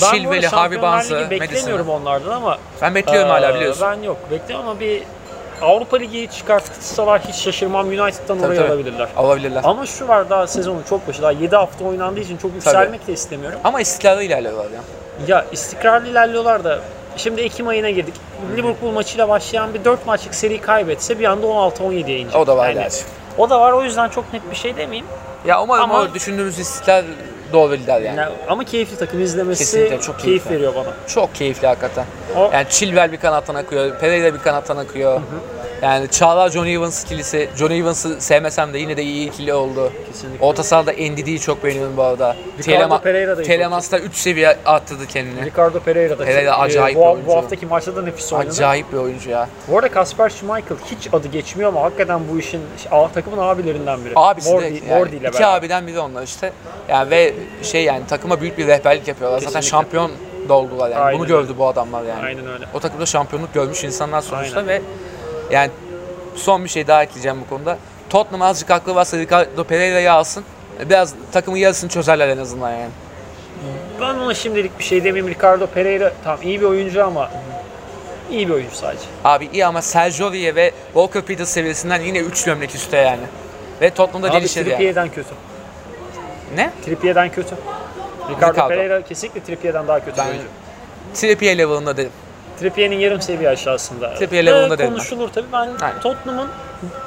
Speaker 1: ben
Speaker 2: Chilwell'i,
Speaker 1: bu arada
Speaker 2: Harvey
Speaker 1: Şampiyonlar
Speaker 2: Barnes'ı,
Speaker 1: Ligi beklemiyorum onlardan ama
Speaker 2: Ben bekliyorum hala
Speaker 1: eee,
Speaker 2: biliyorsun.
Speaker 1: Ee, Ben yok bekliyorum ama bir Avrupa Ligi'yi çıkartsalar hiç şaşırmam United'dan
Speaker 2: Tabii,
Speaker 1: orayı
Speaker 2: tabii.
Speaker 1: alabilirler.
Speaker 2: Alabilirler.
Speaker 1: Ama şu var daha sezonun çok başı daha 7 hafta oynandığı için çok yükselmek de istemiyorum.
Speaker 2: Ama istikrarlı ilerliyorlar ya.
Speaker 1: Ya istikrarlı ilerliyorlar da Şimdi Ekim ayına girdik. Liverpool maçıyla başlayan bir 4 maçlık seri kaybetse bir anda 16-17'ye inecek.
Speaker 2: O da var
Speaker 1: Yani
Speaker 2: gerçi.
Speaker 1: O da var o yüzden çok net bir şey demeyeyim.
Speaker 2: Ya umarım
Speaker 1: Ama-
Speaker 2: o düşündüğümüz istiklal doğru gider yani.
Speaker 1: Yani ama keyifli takım izlemesi
Speaker 2: Kesinlikle, çok
Speaker 1: keyif
Speaker 2: keyifli.
Speaker 1: veriyor bana.
Speaker 2: Çok keyifli hakikaten.
Speaker 1: O-
Speaker 2: Yani Chilwell bir kanattan akıyor, Pereira bir kanattan akıyor. Yani Çağlar John Evans ikilisi. John Evans'ı sevmesem de yine de iyi ikili oldu.
Speaker 1: Kesinlikle.
Speaker 2: Orta sahada Ndidi'yi çok beğeniyorum bu arada.
Speaker 1: Ricardo Pereira da iyi
Speaker 2: Telemas'ta 3 seviye arttırdı kendini.
Speaker 1: Ricardo Pereira da
Speaker 2: Pereira
Speaker 1: çok- e,
Speaker 2: acayip
Speaker 1: bu,
Speaker 2: bir
Speaker 1: bu
Speaker 2: oyuncu.
Speaker 1: haftaki maçta da nefis oynadı.
Speaker 2: Acayip bir oyuncu ya.
Speaker 1: Bu arada Kasper Schmeichel hiç adı geçmiyor ama hakikaten bu işin a, takımın abilerinden biri.
Speaker 2: Abisi
Speaker 1: Mordi,
Speaker 2: de yani
Speaker 1: Mordi ile
Speaker 2: iki
Speaker 1: beraber.
Speaker 2: abiden biri onlar işte. Yani ve şey yani takıma büyük bir rehberlik yapıyorlar. Zaten
Speaker 1: Kesinlikle.
Speaker 2: şampiyon da oldular yani.
Speaker 1: Aynen
Speaker 2: Bunu
Speaker 1: öyle.
Speaker 2: gördü bu adamlar yani.
Speaker 1: Aynen öyle.
Speaker 2: O takımda şampiyonluk görmüş insanlar sonuçta ve yani son bir şey daha ekleyeceğim bu konuda. Tottenham azıcık haklı varsa Ricardo Pereira'yı alsın. Biraz takımın yarısını çözerler en azından yani.
Speaker 1: Ben ona şimdilik bir şey demeyeyim. Ricardo Pereira tam iyi bir oyuncu ama iyi bir oyuncu sadece.
Speaker 2: Abi iyi ama Sergio Rhea ve Walker Peters seviyesinden yine 3 gömlek üstte yani. Ve Tottenham'da
Speaker 1: Abi
Speaker 2: gelişir yani.
Speaker 1: Trippier'den kötü.
Speaker 2: Ne?
Speaker 1: Trippier'den kötü. Ricardo,
Speaker 2: Ricardo.
Speaker 1: Pereira kesinlikle Trippier'den daha kötü bir
Speaker 2: Ben
Speaker 1: oyuncu.
Speaker 2: Trippier level'ında dedim.
Speaker 1: Trippier'in yarım seviye aşağısında. Ve
Speaker 2: Trippier level'ında derim ben.
Speaker 1: Konuşulur tabii. Ben
Speaker 2: Aynen.
Speaker 1: Tottenham'ın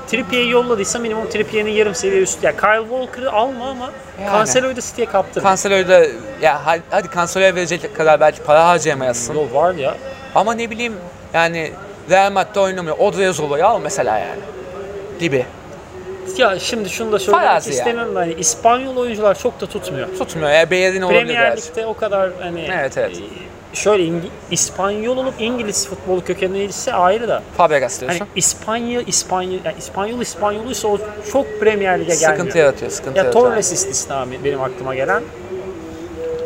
Speaker 1: Trippier'i yolladıysa minimum Trippier'in yarım seviye üstü. Yani Kyle Walker'ı alma ama
Speaker 2: Yani.
Speaker 1: Cancelo'yu da City'ye kaptırma.
Speaker 2: Cancelo'yu da ya hadi- hadi Cancelo'ya verecek kadar belki para harcayamayasın.
Speaker 1: Yo var ya.
Speaker 2: Ama ne bileyim yani Real Madrid oynamıyor. Odriozoğlu'yu al mesela yani. Gibi.
Speaker 1: Ya şimdi şunu da söylemek
Speaker 2: Farazi yani.
Speaker 1: istemiyorum da hani İspanyol oyuncular çok da tutmuyor.
Speaker 2: Tutmuyor ya Beyer'in olabilir
Speaker 1: Premier
Speaker 2: belki.
Speaker 1: Lig'de o kadar hani
Speaker 2: Evet, evet.
Speaker 1: e, şöyle İngi- İspanyol olup İngiliz futbolu kökenliyse ayrı da
Speaker 2: Fabregas
Speaker 1: hani
Speaker 2: diyorsun.
Speaker 1: İspanya İspanya yani İspanyol İspanyoluysa o çok Premier Lig'e gelmiyor.
Speaker 2: sıkıntı yaratıyor, sıkıntı
Speaker 1: Ya
Speaker 2: yaratıyor.
Speaker 1: Torres istisna benim aklıma gelen.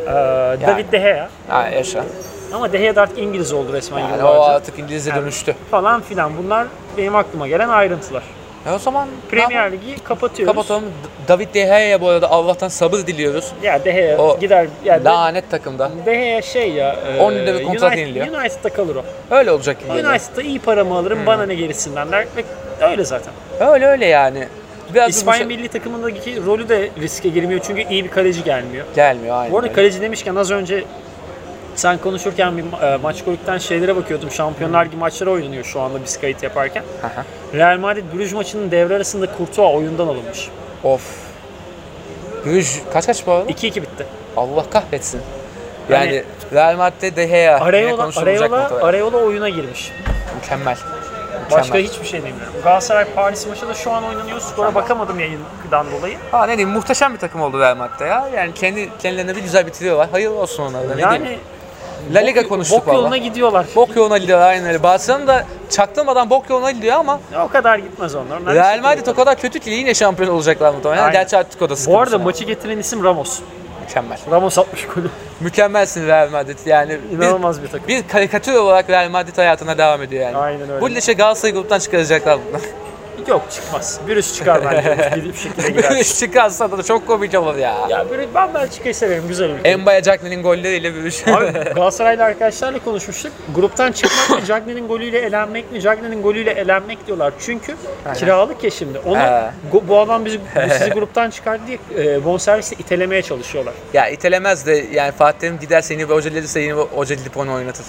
Speaker 1: Ee, David De Gea.
Speaker 2: Ha yaşa.
Speaker 1: Ama De Gea da artık İngiliz oldu resmen
Speaker 2: Yani o
Speaker 1: yıllarca.
Speaker 2: artık İngilizce
Speaker 1: Yani.
Speaker 2: dönüştü.
Speaker 1: Falan filan bunlar benim aklıma gelen ayrıntılar.
Speaker 2: E o zaman
Speaker 1: Premier
Speaker 2: tamam,
Speaker 1: Ligi kapatıyoruz.
Speaker 2: kapatalım. David De Gea'ya bu arada Allah'tan sabır diliyoruz.
Speaker 1: Ya De Gea
Speaker 2: O-
Speaker 1: gider. Ya De-
Speaker 2: Lanet takımda.
Speaker 1: De Gea şey ya. e,
Speaker 2: 10 yılda bir kontrat
Speaker 1: United-
Speaker 2: yeniliyor.
Speaker 1: United'da kalır o.
Speaker 2: Öyle olacak gibi. geliyor.
Speaker 1: United'da iyi paramı alırım bana ne gerisinden der. Ve öyle zaten.
Speaker 2: Öyle öyle yani. Biraz şey
Speaker 1: İspanya
Speaker 2: yumuşa-
Speaker 1: milli takımındaki rolü de riske girmiyor çünkü iyi bir kaleci gelmiyor.
Speaker 2: gelmiyor aynı.
Speaker 1: Bu arada kaleci demişken az önce sen konuşurken bir ma- e, maç golükten şeylere bakıyordum. Şampiyonlar Ligi maçları oynanıyor şu anda biz kayıt yaparken.
Speaker 2: Aha.
Speaker 1: Real Madrid Brüj maçının devre arasında Courtois oyundan alınmış.
Speaker 2: Of. Brüj kaç kaç bu arada?
Speaker 1: 2-2 bitti.
Speaker 2: Allah kahretsin.
Speaker 1: Yani-
Speaker 2: Yani, Real Madrid'de De Gea. yine
Speaker 1: Areola,
Speaker 2: konuşulacak
Speaker 1: Areola,
Speaker 2: muhtemelen.
Speaker 1: Areola oyuna girmiş.
Speaker 2: Mükemmel.
Speaker 1: Başka
Speaker 2: Mükemmel.
Speaker 1: hiçbir şey demiyorum. Galatasaray Paris maçı da şu an oynanıyor. Skora bakamadım yayından dolayı.
Speaker 2: Ha ne diyeyim muhteşem bir takım oldu Real Madrid'de ya. Yani kendi kendilerine bir güzel bitiriyorlar. Hayırlı olsun onlara da ne diyeyim.
Speaker 1: Yani
Speaker 2: La Liga
Speaker 1: bok-
Speaker 2: konuştuk
Speaker 1: bok yoluna
Speaker 2: valla.
Speaker 1: gidiyorlar.
Speaker 2: Bok yoluna gidiyor aynen öyle. Barcelona da çaktırmadan bok yoluna gidiyor ama
Speaker 1: O kadar gitmez onlar. Onlar bir
Speaker 2: Real
Speaker 1: şey
Speaker 2: Madrid o kadar kötü ki yine şampiyon olacaklar muhtemelen.
Speaker 1: Aynen.
Speaker 2: Gerçi artık o da
Speaker 1: Bu
Speaker 2: sıkıntı.
Speaker 1: arada
Speaker 2: yani.
Speaker 1: maçı getiren isim Ramos.
Speaker 2: mükemmel.
Speaker 1: Ramos 60 golü.
Speaker 2: Mükemmelsin Real Madrid yani. Bir,
Speaker 1: İnanılmaz bir takım.
Speaker 2: bir karikatür olarak Real Madrid hayatına devam ediyor yani.
Speaker 1: Aynen öyle.
Speaker 2: Bu leşe Galatasaray gruptan çıkaracaklar bunu.
Speaker 1: Yok çıkmaz. Virüs çıkar bence. Gidip şekilde girer.
Speaker 2: Bürüş çıkarsa da çok komik olur ya.
Speaker 1: ya böyle ben Belçika'yı severim. Güzel ülke.
Speaker 2: Embaya Jackman'in golleriyle Bürüş.
Speaker 1: Abi Galatasaraylı arkadaşlarla konuşmuştuk. Gruptan çıkmak mı, Cagney'nin golüyle elenmek mi, Cagney'nin golüyle elenmek diyorlar. Çünkü kiralık ya şimdi. Onu
Speaker 2: He.
Speaker 1: go- bu adam bizi bu sizi gruptan çıkardı diye e, bonservisi itelemeye çalışıyorlar.
Speaker 2: ya itelemez de yani Fatih Terim gider seni bir hoca gelirse yeni bir hoca gidip onu oynatır.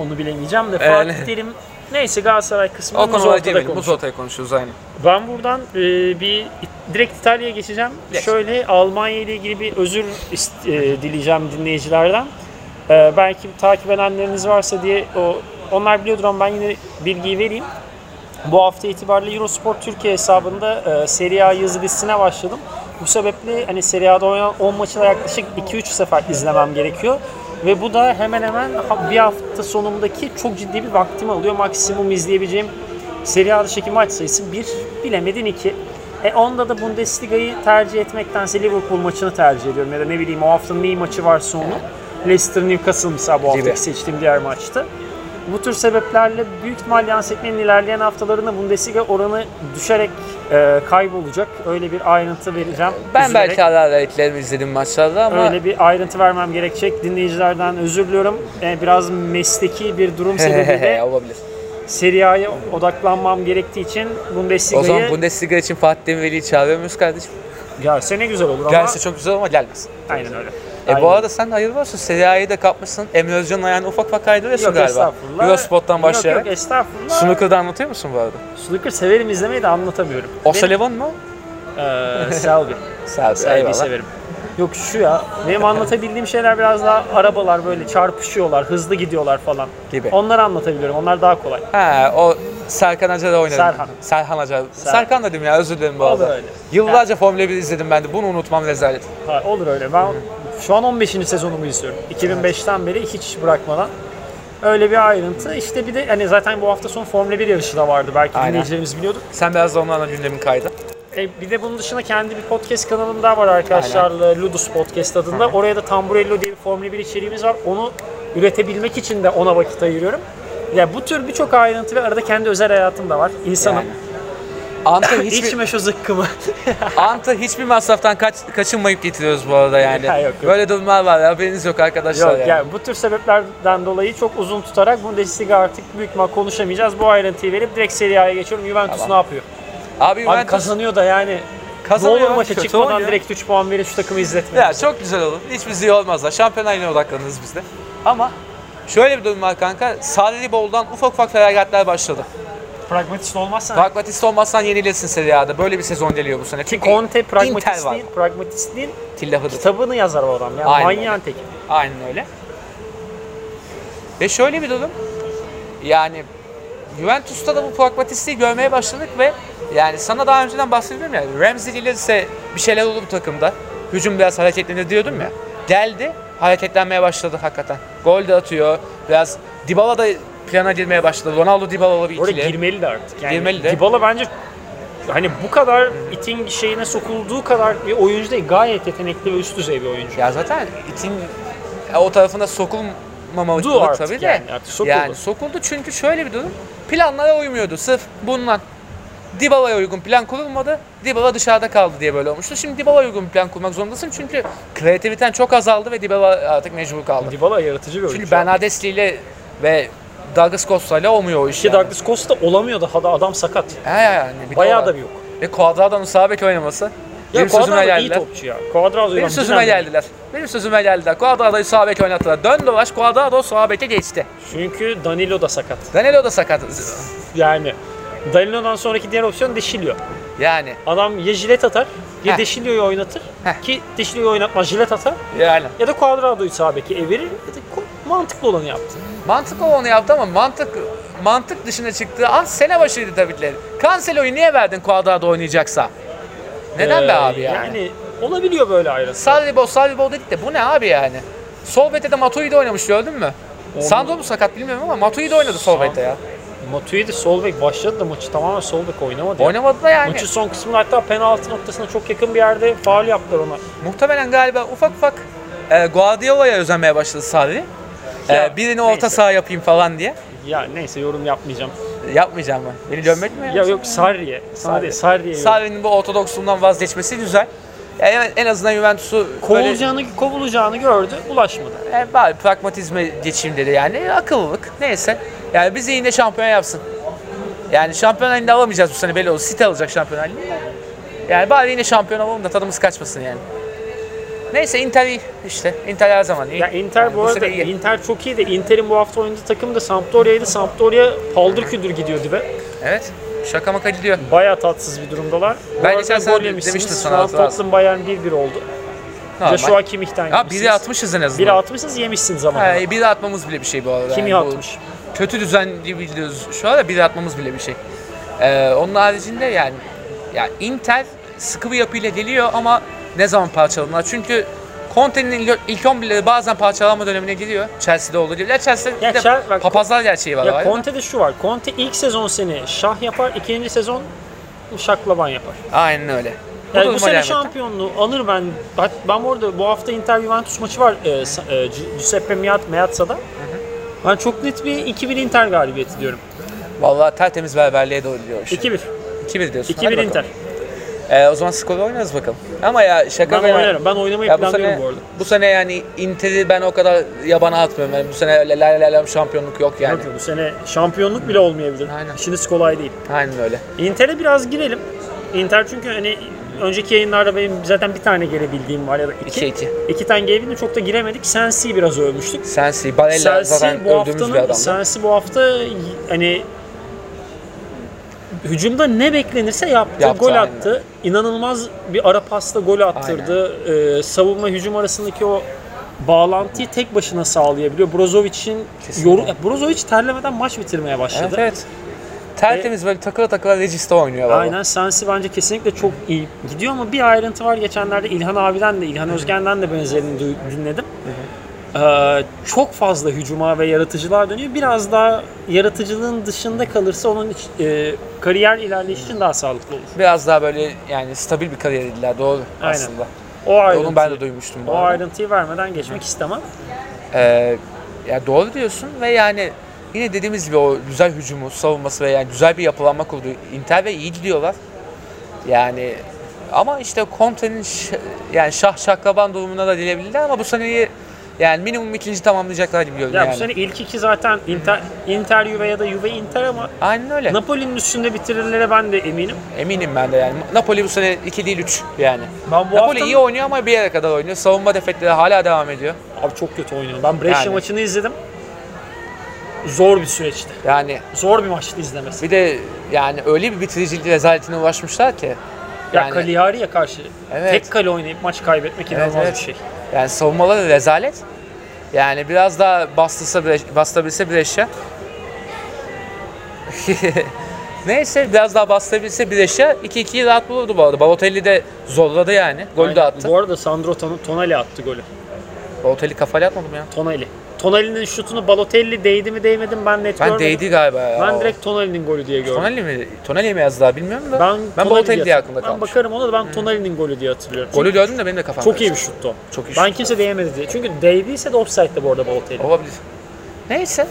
Speaker 1: Onu bilemeyeceğim de
Speaker 2: Öyle.
Speaker 1: Fatih Terim neyse Galatasaray kısmı
Speaker 2: O konulara
Speaker 1: ortada
Speaker 2: girmeyelim.
Speaker 1: konuşuruz.
Speaker 2: Buz ortaya konuşuruz aynen.
Speaker 1: Ben buradan e, bir direkt İtalya'ya geçeceğim.
Speaker 2: Geç.
Speaker 1: Şöyle Almanya ile ilgili bir özür ist- e, dileyeceğim dinleyicilerden. E, belki takip edenleriniz varsa diye o onlar biliyordur ama ben yine bilgiyi vereyim. Bu hafta itibariyle Eurosport Türkiye hesabında e, Serie A yazı dizisine başladım. Bu sebeple hani Serie A'da oynanan 10 maçı da yaklaşık 2-3 sefer izlemem gerekiyor. Ve bu da hemen hemen ha- bir hafta sonundaki çok ciddi bir vaktimi alıyor. Maksimum izleyebileceğim Serie A dışındaki maç sayısı 1, bilemedin 2. E onda da Bundesliga'yı tercih etmektense Liverpool maçını tercih ediyorum. Ya da ne bileyim o haftanın iyi maçı varsa onu. Leicester Newcastle mesela bu
Speaker 2: Gibi.
Speaker 1: haftaki seçtiğim diğer maçtı. Bu tür sebeplerle büyük ihtimal Lansetme'nin ilerleyen haftalarında Bundesliga oranı düşerek e, kaybolacak. Öyle bir ayrıntı vereceğim.
Speaker 2: Ben
Speaker 1: Üzülerek
Speaker 2: belki ara ara eklerim izledim maçlarda ama
Speaker 1: öyle bir ayrıntı vermem gerekecek. Dinleyicilerden özür diliyorum. E, biraz mesleki bir durum sebebiyle
Speaker 2: olabilir.
Speaker 1: Serie A'ya odaklanmam gerektiği için
Speaker 2: O
Speaker 1: Bundesliga'yı
Speaker 2: zaman Bundesliga için Fatih Terim Veli'yi çağırıyor muyuz kardeşim?
Speaker 1: gelse ne güzel olur ama
Speaker 2: Gelse çok güzel ama gelmez.
Speaker 1: aynen öyle.
Speaker 2: E
Speaker 1: Aynen.
Speaker 2: bu arada sen hayırlı olsun. Serie A'yı da kapmışsın. Emre Özcan'ın ayağını ufak ufak kaydırıyorsun
Speaker 1: Yok
Speaker 2: galiba.
Speaker 1: estağfurullah.
Speaker 2: Eurospot'tan başlayarak.
Speaker 1: Yok yok estağfurullah. Snooker.
Speaker 2: Snooker'da anlatıyor musun bu arada?
Speaker 1: severim izlemeyi de anlatamıyorum. Benim-
Speaker 2: O'Sullivan mı?
Speaker 1: Eee, Selby.
Speaker 2: Selby,
Speaker 1: Selby'yi
Speaker 2: eyvallah.
Speaker 1: severim. Yok şu ya, benim anlatabildiğim şeyler biraz daha arabalar böyle çarpışıyorlar, hızlı gidiyorlar falan.
Speaker 2: Gibi.
Speaker 1: Onları anlatabiliyorum, onlar daha kolay.
Speaker 2: Ha, o Serkan Acar'da oynadı.
Speaker 1: Serhan.
Speaker 2: Serhan Acar.
Speaker 1: Serhan.
Speaker 2: Serkan dedim ya özür dilerim bu
Speaker 1: Olur
Speaker 2: arada.
Speaker 1: öyle.
Speaker 2: Yıllarca Formula 1 izledim ben de. Bunu unutmam rezalet.
Speaker 1: Ha, olur öyle. Ben şu an 15. sezonumu izliyorum. 2005'ten beri hiç bırakmadan. Öyle bir ayrıntı. İşte bir de hani zaten bu hafta sonu Formula 1 yarışı da vardı. Belki
Speaker 2: Aynen.
Speaker 1: dinleyicilerimiz biliyordur.
Speaker 2: Sen biraz da onlarla gündemin kaydı.
Speaker 1: E, bir de bunun dışında kendi bir podcast kanalım daha var arkadaşlarla. Ludus Podcast adında. Oraya da Tamburello diye bir Formula 1 içeriğimiz var. Onu üretebilmek için de ona vakit ayırıyorum. Ya bu tür birçok ayrıntı ve arada kendi özel hayatım da var. İnsanım.
Speaker 2: Yani. Anta hiçbir,
Speaker 1: İçme şu zıkkımı.
Speaker 2: Anta hiçbir masraftan kaç, kaçınmayıp getiriyoruz bu arada yani.
Speaker 1: Ha, yok, yok.
Speaker 2: Böyle durumlar var ya, haberiniz yok arkadaşlar.
Speaker 1: Yok
Speaker 2: yani.
Speaker 1: yani bu tür sebeplerden dolayı çok uzun tutarak Bundesliga artık büyük ihtimal konuşamayacağız. Bu ayrıntıyı verip direkt Serie A'ya geçiyorum. Juventus
Speaker 2: Tamam.
Speaker 1: ne yapıyor?
Speaker 2: Abi, Juventus-
Speaker 1: Abi kazanıyor da yani
Speaker 2: Kazanıyor,
Speaker 1: ne olur maça
Speaker 2: kötü
Speaker 1: çıkmadan
Speaker 2: oynuyor.
Speaker 1: direkt 3 puan verin şu takımı izletmeyin.
Speaker 2: Ya çok güzel olur. Hiç bizi yormazlar. Şampiyonlar Ligi'ne odaklanırız biz de. Ama şöyle bir durum var kanka. Sadeli Bol'dan ufak ufak feragatler başladı.
Speaker 1: Pragmatist olmazsan
Speaker 2: Pragmatist olmazsan yenilirsin Serie A'da. Böyle bir sezon geliyor bu sene. Çünkü
Speaker 1: Conte
Speaker 2: Inter var.
Speaker 1: pragmatistliğin, pragmatistliğin
Speaker 2: Tillahıdır.
Speaker 1: kitabını yazar o adam. Yani
Speaker 2: Aynen
Speaker 1: manyağın teki.
Speaker 2: Aynen öyle. Ve şöyle bir durum. Yani Juventus'ta da bu pragmatistliği görmeye başladık ve yani sana daha önceden bahsediyorum ya Ramsey gelirse bir şeyler olur bu takımda. Hücum biraz hareketlenir diyordum ya. Geldi hareketlenmeye başladı hakikaten. Gol de atıyor. Biraz Dybala da plana girmeye başladı. Ronaldo Dybala'lı bir
Speaker 1: Oraya
Speaker 2: ikili.
Speaker 1: girmeli de artık. Yani
Speaker 2: Girmeli de.
Speaker 1: Dybala bence hani bu kadar itin şeyine sokulduğu kadar bir oyuncu değil. Gayet yetenekli ve üst düzey bir oyuncu.
Speaker 2: Ya zaten itin e, o tarafına sokulmamalı
Speaker 1: Du artık
Speaker 2: tabii de.
Speaker 1: yani, artık sokuldu.
Speaker 2: Yani sokuldu çünkü şöyle bir durum. Planlara uymuyordu sırf bundan. Dybala'ya uygun plan kurulmadı. Dybala dışarıda kaldı diye böyle olmuştu. Şimdi Dybala'ya uygun bir plan kurmak zorundasın çünkü kreativiten çok azaldı ve Dybala artık mecbur kaldı.
Speaker 1: Dybala yaratıcı bir oyuncu.
Speaker 2: Çünkü Bernadeschi ile ve Douglas Costa ile olmuyor o iş.
Speaker 1: Ki
Speaker 2: Yani.
Speaker 1: Douglas Costa olamıyor daha da adam sakat.
Speaker 2: He yani, bir de o
Speaker 1: Bayağı
Speaker 2: var.
Speaker 1: da bir yok.
Speaker 2: Ve Cuadrado'nun sağ bek oynaması.
Speaker 1: Ya
Speaker 2: Benim sözüme
Speaker 1: Cuadrado iyi
Speaker 2: geldiler.
Speaker 1: topçu ya. Cuadrado
Speaker 2: Benim
Speaker 1: yani
Speaker 2: sözüme
Speaker 1: dinamik.
Speaker 2: geldiler. Benim sözüme geldiler. Cuadrado'yu sağ bek oynattılar. Dön dolaş Cuadrado sağ beke geçti.
Speaker 1: Çünkü Danilo da sakat.
Speaker 2: Danilo da sakat.
Speaker 1: Yani Danilo'dan sonraki diğer opsiyon Deşilio.
Speaker 2: Yani.
Speaker 1: Adam ya jilet atar ya
Speaker 2: Heh.
Speaker 1: Deşilio'yu oynatır.
Speaker 2: Heh.
Speaker 1: Ki Deşilio'yu oynatmaz jilet atar.
Speaker 2: Yani.
Speaker 1: Ya da Cuadrado'yu sağ beke evirir. Ya da ko- mantıklı olanı yaptı.
Speaker 2: Mantıklı olanı yaptı ama mantık mantık dışına çıktığı an sene başıydı David'leri. Cancelo'yu niye verdin Cuadrado oynayacaksa? Neden
Speaker 1: Ee,
Speaker 2: be abi yani? yani...
Speaker 1: olabiliyor böyle ayrısı.
Speaker 2: Salvibo, Salvibo dedik de bu ne abi yani? Solbet'te de Matuidi de oynamış gördün mü?
Speaker 1: Olmadı.
Speaker 2: Sandro mu sakat bilmiyorum ama Matuidi de oynadı Solbet'te ya.
Speaker 1: Matuidi sol bek başladı da maçı tamamen sol bek oynamadı. ya.
Speaker 2: Oynamadı da yani.
Speaker 1: Maçın son kısmında hatta penaltı noktasına çok yakın bir yerde faul yaptılar ona.
Speaker 2: Muhtemelen galiba ufak ufak e, Guardiola'ya özenmeye başladı Sarri. E,
Speaker 1: Ya,
Speaker 2: birini orta
Speaker 1: neyse.
Speaker 2: saha yapayım falan diye.
Speaker 1: Ya neyse yorum yapmayacağım.
Speaker 2: Yapmayacağım ben. Beni gömmek mi?
Speaker 1: Ya yok Sarri'ye. Sana
Speaker 2: Sarri.
Speaker 1: değil, Sarri'ye. yorum.
Speaker 2: Sarri'nin bu ortodoksluğundan vazgeçmesi güzel. Yani en azından Juventus'u böyle
Speaker 1: Kovulacağını, kovulacağını gördü, ulaşmadı.
Speaker 2: e, bari pragmatizme geçeyim dedi yani. Akıllılık. Neyse. Yani bizi yine şampiyon yapsın. Yani şampiyon halinde alamayacağız bu sene belli olur. City alacak şampiyon halini. de. Yani bari yine şampiyon olalım da tadımız kaçmasın yani. Neyse Inter iyi işte. Inter her zaman iyi.
Speaker 1: Ya Inter
Speaker 2: Yani
Speaker 1: bu arada
Speaker 2: sene iyi.
Speaker 1: Inter çok iyi de Inter'in bu hafta oynadığı takım da Sampdoria'ydı. Sampdoria paldır küldür gidiyor dibe.
Speaker 2: Evet. Şaka maka gidiyor.
Speaker 1: Bayağı tatsız bir durumdalar. Bu
Speaker 2: Ben
Speaker 1: arada
Speaker 2: geçen sene
Speaker 1: gol yemişsiniz.
Speaker 2: demiştim
Speaker 1: Şu
Speaker 2: sana
Speaker 1: an
Speaker 2: hatırlarsın.
Speaker 1: Tottenham Bayern 1-1 oldu.
Speaker 2: Normal.
Speaker 1: Joshua Kimmich'ten
Speaker 2: Ya biri
Speaker 1: yemişsiniz.
Speaker 2: atmışız en azından.
Speaker 1: Biri atmışsınız yemişsiniz ama.
Speaker 2: Ha, biri atmamız bile bir şey bu arada.
Speaker 1: Kimi
Speaker 2: yani bu
Speaker 1: atmış?
Speaker 2: Kötü düzen diye biliyoruz şu anda biri atmamız bile bir şey. Ee, onun haricinde yani ya Inter sıkı bir yapıyla geliyor ama ne zaman parçalanır? Çünkü Conte'nin ilk- ilk 11'leri bazen parçalanma dönemine giriyor. Chelsea'de olduğu gibi. Ya Chelsea'de
Speaker 1: Ya
Speaker 2: de
Speaker 1: Chel- bak-
Speaker 2: papazlar gerçeği var.
Speaker 1: Ya
Speaker 2: ayrı da.
Speaker 1: Conte'de şu var. Conte ilk sezon seni şah yapar, ikinci sezon şaklaban yapar.
Speaker 2: Aynen öyle. Bu
Speaker 1: Yani bu
Speaker 2: duruma
Speaker 1: sene
Speaker 2: gelmekte.
Speaker 1: şampiyonluğu alır ben. Bak Ben bu arada bu hafta Inter Juventus maçı var e, sa- e, Gi- Giuseppe Meazz- Meazza'da. Ben çok net bir 2-1 Inter galibiyeti diyorum.
Speaker 2: Vallahi tertemiz berberliğe doğru gidiyor. şu an.
Speaker 1: 2-1.
Speaker 2: 2-1 diyorsun. Hadi
Speaker 1: 2-1
Speaker 2: bakalım.
Speaker 1: Inter.
Speaker 2: Ee, o zaman skoru oynarız bakalım. Ama ya şaka
Speaker 1: Ben
Speaker 2: bir yana-
Speaker 1: oynarım. Ben oynamayı
Speaker 2: Ya bu
Speaker 1: planlıyorum
Speaker 2: sene,
Speaker 1: bu arada.
Speaker 2: bu sene yani Inter'i ben o kadar yabana atmıyorum. Yani bu sene öyle la la la la şampiyonluk yok yani.
Speaker 1: Yok yok, bu sene şampiyonluk bile olmayabilir.
Speaker 2: Aynen.
Speaker 1: İşiniz kolay değil.
Speaker 2: Aynen öyle.
Speaker 1: Inter'e biraz girelim. Inter çünkü hani önceki yayınlarda benim zaten bir tane gelebildiğim var ya da iki.
Speaker 2: 2-2.
Speaker 1: İki tane gelebildim çok da giremedik. Sensi'yi biraz övmüştük.
Speaker 2: Sensi, Barella
Speaker 1: Sensi
Speaker 2: zaten
Speaker 1: bu
Speaker 2: öldüğümüz bir
Speaker 1: haftanın
Speaker 2: adamdı.
Speaker 1: Sensi bu hafta y- hani hücumda ne beklenirse yaptı.
Speaker 2: Yaptı,
Speaker 1: gol
Speaker 2: aynen.
Speaker 1: attı. İnanılmaz bir ara pasta gol attırdı. Ee, savunma hücum arasındaki o bağlantıyı tek başına sağlayabiliyor. Brozovic'in
Speaker 2: Kesinlikle.
Speaker 1: yorum Ya, Brozovic terlemeden maç bitirmeye başladı.
Speaker 2: Evet evet. Tertemiz böyle takıla takıla regista oynuyor. baba.
Speaker 1: E- Aynen Sensi bence kesinlikle çok iyi gidiyor ama bir ayrıntı var geçenlerde İlhan abiden de İlhan Özgen'den de benzerini duy- dinledim. Ee, çok fazla hücuma ve yaratıcılığa dönüyor. Biraz daha yaratıcılığın dışında kalırsa onun iç- e, kariyer ilerleyişi için daha sağlıklı olur.
Speaker 2: Biraz daha böyle yani stabil bir kariyer edildiler doğru
Speaker 1: Aynen.
Speaker 2: aslında.
Speaker 1: O
Speaker 2: Onu ben de
Speaker 1: ayrıntıyı,
Speaker 2: duymuştum. bu
Speaker 1: o
Speaker 2: arada.
Speaker 1: ayrıntıyı vermeden geçmek istemem.
Speaker 2: Ee, ya doğru diyorsun ve yani yine dediğimiz gibi o güzel hücumu, savunması ve yani güzel bir yapılanma kurdu. Inter ve iyi gidiyorlar. Yani ama işte Conte'nin ş- yani şah şaklaban durumuna da gelebilirler ama bu seneyi yani minimum ikinci tamamlayacaklar gibi görünüyor
Speaker 1: Ya
Speaker 2: yani.
Speaker 1: bu sene ilk iki zaten Inter, Inter Juve ya da Juve Inter ama
Speaker 2: Aynen öyle.
Speaker 1: Napoli'nin üstünde bitirirlere ben de eminim.
Speaker 2: Eminim ben de yani. Napoli bu sene 2 değil 3 yani.
Speaker 1: Ben bu
Speaker 2: Napoli
Speaker 1: haftanın-
Speaker 2: iyi oynuyor ama bir yere kadar oynuyor. Savunma defekleri hala devam ediyor.
Speaker 1: Abi çok kötü oynuyor. Ben Brescia
Speaker 2: Yani.
Speaker 1: maçını izledim. Zor bir süreçti.
Speaker 2: Yani
Speaker 1: Zor bir maçtı izlemesi.
Speaker 2: bir de yani öyle bir bitiricilik rezaletine ulaşmışlar ki.
Speaker 1: Ya Cagliari'ye karşı
Speaker 2: Evet.
Speaker 1: tek kale oynayıp maç kaybetmek inanılmaz
Speaker 2: evet.
Speaker 1: bir şey.
Speaker 2: Yani savunmaları rezalet. Yani biraz daha bastırsa Bre- bastırabilse Brescia. Neyse biraz daha bastırabilse Brescia 2-2'yi rahat bulurdu bu arada. Balotelli de zorladı yani. Golü de
Speaker 1: Aynen.
Speaker 2: attı.
Speaker 1: Bu arada Sandro Ton- Tonali attı golü.
Speaker 2: Balotelli kafayla atmadı mı ya?
Speaker 1: Tonali. Tonali'nin şutunu Balotelli değdi mi değmedi mi ben net
Speaker 2: Ben
Speaker 1: görmedim.
Speaker 2: değdi galiba ya.
Speaker 1: Ben direkt Tonali'nin golü diye gördüm.
Speaker 2: Tonali mi? Tonali mi yazdılar bilmiyorum da.
Speaker 1: Ben,
Speaker 2: Ben,
Speaker 1: Tonali
Speaker 2: Balotelli diye
Speaker 1: hatırlıyorum.
Speaker 2: aklımda
Speaker 1: Ben
Speaker 2: kalmış.
Speaker 1: bakarım ona da ben Tonali'nin golü diye hatırlıyorum. Çünkü
Speaker 2: Golü gördüm de benim de kafam
Speaker 1: çok iyi bir
Speaker 2: karıştı.
Speaker 1: şuttu. o.
Speaker 2: Çok iyi
Speaker 1: Ben kimse değemedi diye. Çünkü değdiyse de offside'de bu arada Balotelli.
Speaker 2: Olabilir. Neyse.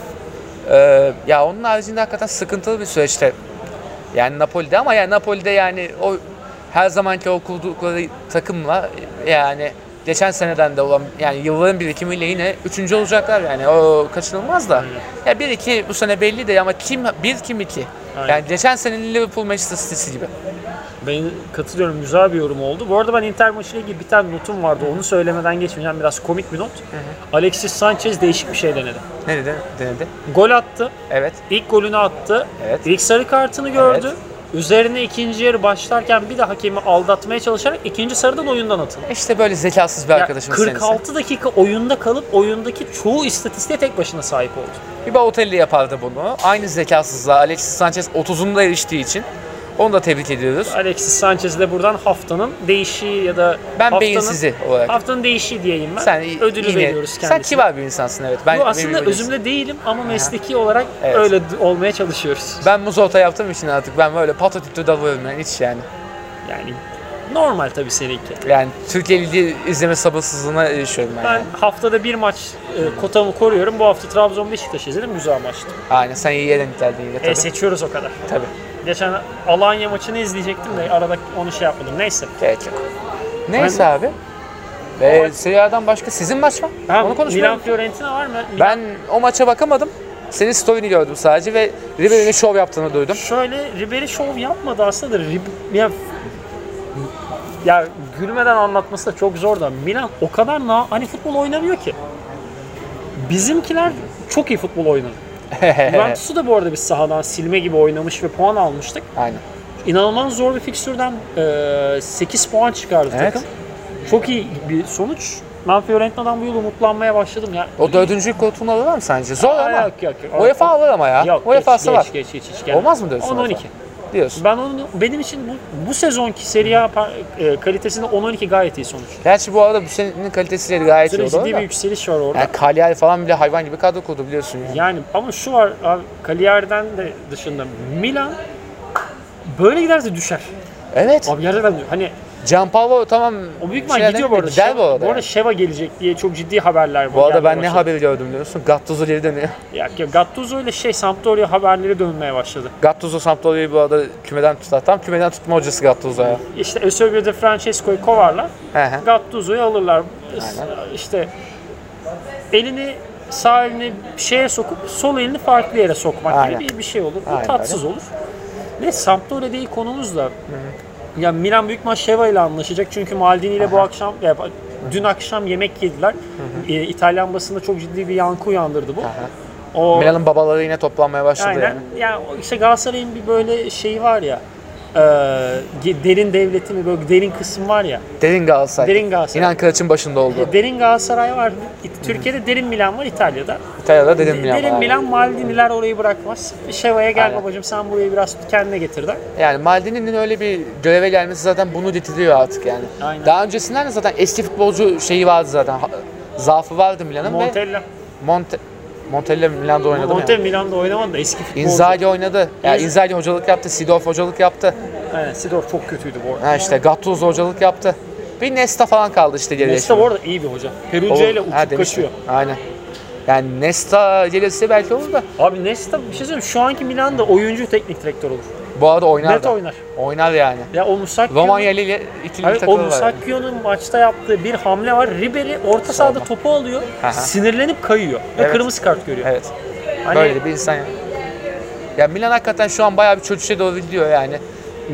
Speaker 2: Ee, ya onun haricinde hakikaten sıkıntılı bir süreçte. Yani Napoli'de ama yani Napoli'de yani o her zamanki o kurdukları takımla yani geçen seneden de olan yani yılların birikimiyle yine üçüncü olacaklar yani o kaçınılmaz da. Ya 1-2 bu sene belli de ama kim 1 kim 2.
Speaker 1: Aynen.
Speaker 2: Yani geçen senenin Liverpool Manchester City'si gibi.
Speaker 1: Ben katılıyorum. Güzel bir yorum oldu. Bu arada ben Inter maçıyla ilgili bir tane notum vardı. Onu söylemeden geçmeyeceğim. Biraz komik bir not. Alexis Sanchez değişik bir şey denedi.
Speaker 2: Ne dedi? Denedi.
Speaker 1: Gol attı.
Speaker 2: Evet.
Speaker 1: İlk golünü attı.
Speaker 2: Evet.
Speaker 1: İlk sarı kartını gördü. Üzerine ikinci yarı başlarken bir de hakemi aldatmaya çalışarak ikinci sarıdan oyundan atıldı.
Speaker 2: İşte böyle zekasız bir
Speaker 1: Ya
Speaker 2: arkadaşımız senin.
Speaker 1: 46 dakika oyunda kalıp oyundaki çoğu istatistiğe tek başına sahip oldu.
Speaker 2: Bir Balotelli yapardı bunu. Aynı zekasızlığa Alexis Sanchez 30'unu da eriştiği için onu da tebrik ediyoruz.
Speaker 1: Alexis Sanchez de buradan haftanın değişiği ya da
Speaker 2: Ben
Speaker 1: haftanın,
Speaker 2: beyinsizi olarak.
Speaker 1: haftanın değişiği diyeyim ben.
Speaker 2: Sen i-
Speaker 1: Ödülü
Speaker 2: yine-
Speaker 1: veriyoruz kendisine.
Speaker 2: Sen kibar bir insansın evet. Ben
Speaker 1: Yo, aslında
Speaker 2: ben-
Speaker 1: özümde değilim ama mesleki olarak
Speaker 2: Evet.
Speaker 1: öyle d- olmaya çalışıyoruz.
Speaker 2: ben muzorta yaptığım için artık ben böyle patotüpte dalıyorum yani hiç yani.
Speaker 1: Yani normal tabii seninki.
Speaker 2: Yani Türkiye Ligi izleme sabırsızlığına erişiyorum ben.
Speaker 1: Ben
Speaker 2: yani.
Speaker 1: haftada bir maç e, kotamı koruyorum. Bu hafta Trabzon Beşiktaş izledim. Güzel maçtı.
Speaker 2: Aynen sen iyi yere niteldi yine tabii.
Speaker 1: E, seçiyoruz o kadar.
Speaker 2: tabii.
Speaker 1: Geçen Alanya maçını izleyecektim de arada onu şey yapmadım. Neyse.
Speaker 2: Gerek yok. Neyse abi. Ve Serie A'dan başka sizin maç var.
Speaker 1: Ha,
Speaker 2: Onu
Speaker 1: Milan
Speaker 2: konuşmayalım.
Speaker 1: Fiorentina var mı?
Speaker 2: Ben o maça bakamadım. Senin story'ini gördüm sadece ve Ribery'nin şov yaptığını duydum.
Speaker 1: Şöyle Ribery şov yapmadı aslında. da Rib- ya, ya gülmeden anlatması da çok zor da Milan o kadar na hani futbol oynamıyor ki. Bizimkiler çok iyi futbol oynadı. Juventus'u da bu arada biz sahadan silme gibi oynamış ve puan almıştık.
Speaker 2: Aynen.
Speaker 1: İnanılmaz zor bir fikstürden e, 8 puan çıkardı
Speaker 2: Evet.
Speaker 1: takım. Çok iyi bir sonuç. Ben Fiorentina'dan bu yıl umutlanmaya başladım ya.
Speaker 2: O dördüncü koltuğunu alırlar mı sence? Zor
Speaker 1: Aa,
Speaker 2: ama.
Speaker 1: Yok, yok, yok.
Speaker 2: UEFA alır ama ya.
Speaker 1: Yok, geç,
Speaker 2: UEFA'sı var.
Speaker 1: geç, geç, geç, hiç gelmez.
Speaker 2: Olmaz mı diyorsun
Speaker 1: 10-12.
Speaker 2: UEFA? Diyorsun.
Speaker 1: Ben onu, benim için bu, bu sezonki Serie A par- e, kalitesinde 10-12 gayet iyi sonuç.
Speaker 2: Gerçi bu arada bu senenin kalitesiyle de gayet iyi
Speaker 1: Sürekli
Speaker 2: oldu.
Speaker 1: ciddi bir
Speaker 2: ama.
Speaker 1: yükseliş var orada.
Speaker 2: Yani Cagliari falan bile hayvan gibi kadro kurdu biliyorsun. Yani.
Speaker 1: Yani ama şu var abi, Cagliari'den de dışında Milan böyle giderse düşer.
Speaker 2: Evet.
Speaker 1: Abi gerçekten diyor. Hani
Speaker 2: Gianpaolo tamam. şey
Speaker 1: o büyük ihtimal
Speaker 2: şeylerden
Speaker 1: gidiyor bu arada. şey
Speaker 2: gider
Speaker 1: Şeva,
Speaker 2: bu arada. yani.
Speaker 1: Şeva gelecek diye çok ciddi haberler var.
Speaker 2: Bu arada
Speaker 1: gelmeye
Speaker 2: ben ne
Speaker 1: başladı.
Speaker 2: haberi gördüm biliyorsun? Gattuso geri dönüyor.
Speaker 1: Ya, ya Gattuso ile şey Sampdoria haberleri dönmeye başladı.
Speaker 2: Gattuso Sampdoria'yı bu arada kümeden tutar. Tam kümeden tutma hocası Gattuso ya.
Speaker 1: İşte Eusebio de Francesco'yu kovarlar.
Speaker 2: Hı hı.
Speaker 1: Gattuso'yu alırlar. İşte elini sağ elini şeye sokup sol elini farklı yere sokmak
Speaker 2: Aynen.
Speaker 1: gibi bir, bir şey olur. Bu
Speaker 2: Aynen
Speaker 1: tatsız olur. Ve Sampdoria değil konumuz da Ya Milan büyük maç Şeva ile anlaşacak çünkü Maldini ile bu akşam ya bak, dün akşam yemek yediler. E, İtalyan basında çok ciddi bir yankı uyandırdı bu. O
Speaker 2: Milan'ın babaları yine toplanmaya başladı
Speaker 1: aynen.
Speaker 2: yani.
Speaker 1: Ya o işte Galatasaray'ın bir böyle şeyi var ya. e, ge- derin devleti mi böyle derin kısım var ya.
Speaker 2: Derin Galatasaray.
Speaker 1: Derin Galatasaray.
Speaker 2: İnan Kılıç'ın başında oldu.
Speaker 1: Derin Galatasaray var. İ- Türkiye'de derin Milan var İtalya'da.
Speaker 2: İtalya'da Derin Milan. var
Speaker 1: derin
Speaker 2: abi.
Speaker 1: Milan Maldiniler orayı bırakmaz. Şeva'ya gel
Speaker 2: Aynen.
Speaker 1: babacığım sen burayı biraz kendine getir der.
Speaker 2: Yani Maldini'nin öyle bir göreve gelmesi zaten bunu getiriyor artık yani.
Speaker 1: Aynen.
Speaker 2: Daha öncesinden de zaten eski futbolcu şeyi vardı zaten. ha- Zaafı vardı Milan'ın ve
Speaker 1: Montella.
Speaker 2: Monte Montella Milan'da oynadı mı?
Speaker 1: Montella Milan'da oynamadı da eski futbolcu.
Speaker 2: Inzaghi oynadı. Yani
Speaker 1: İnz-
Speaker 2: Inzaghi hocalık yaptı, Sidorf hocalık yaptı.
Speaker 1: Aynen Sidorf çok kötüydü bu arada.
Speaker 2: Ha işte Gattuso hocalık yaptı. Bir Nesta falan kaldı işte geriye.
Speaker 1: Nesta bu arada iyi bir hoca. Perugia ile uçup kaçıyor.
Speaker 2: Aynen. Yani Nesta gelirse belki olur da.
Speaker 1: Abi Nesta bir şey söyleyeyim şu anki Milan'da oyuncu teknik direktör olur.
Speaker 2: Bu arada oynar
Speaker 1: Net
Speaker 2: da.
Speaker 1: oynar.
Speaker 2: Oynar yani.
Speaker 1: Ya o Musakki'nin
Speaker 2: Romanya ile ikili bir
Speaker 1: Abi, o
Speaker 2: takımı var.
Speaker 1: Musakki'nin maçta yaptığı bir hamle var. Ribery orta sahada topu alıyor.
Speaker 2: Aha.
Speaker 1: Sinirlenip kayıyor. Ve
Speaker 2: Evet.
Speaker 1: kırmızı kart görüyor.
Speaker 2: Evet.
Speaker 1: Hani-
Speaker 2: Böyle de bir insan yani. Ya Milan hakikaten şu an bayağı bir çöküşe doğru gidiyor yani.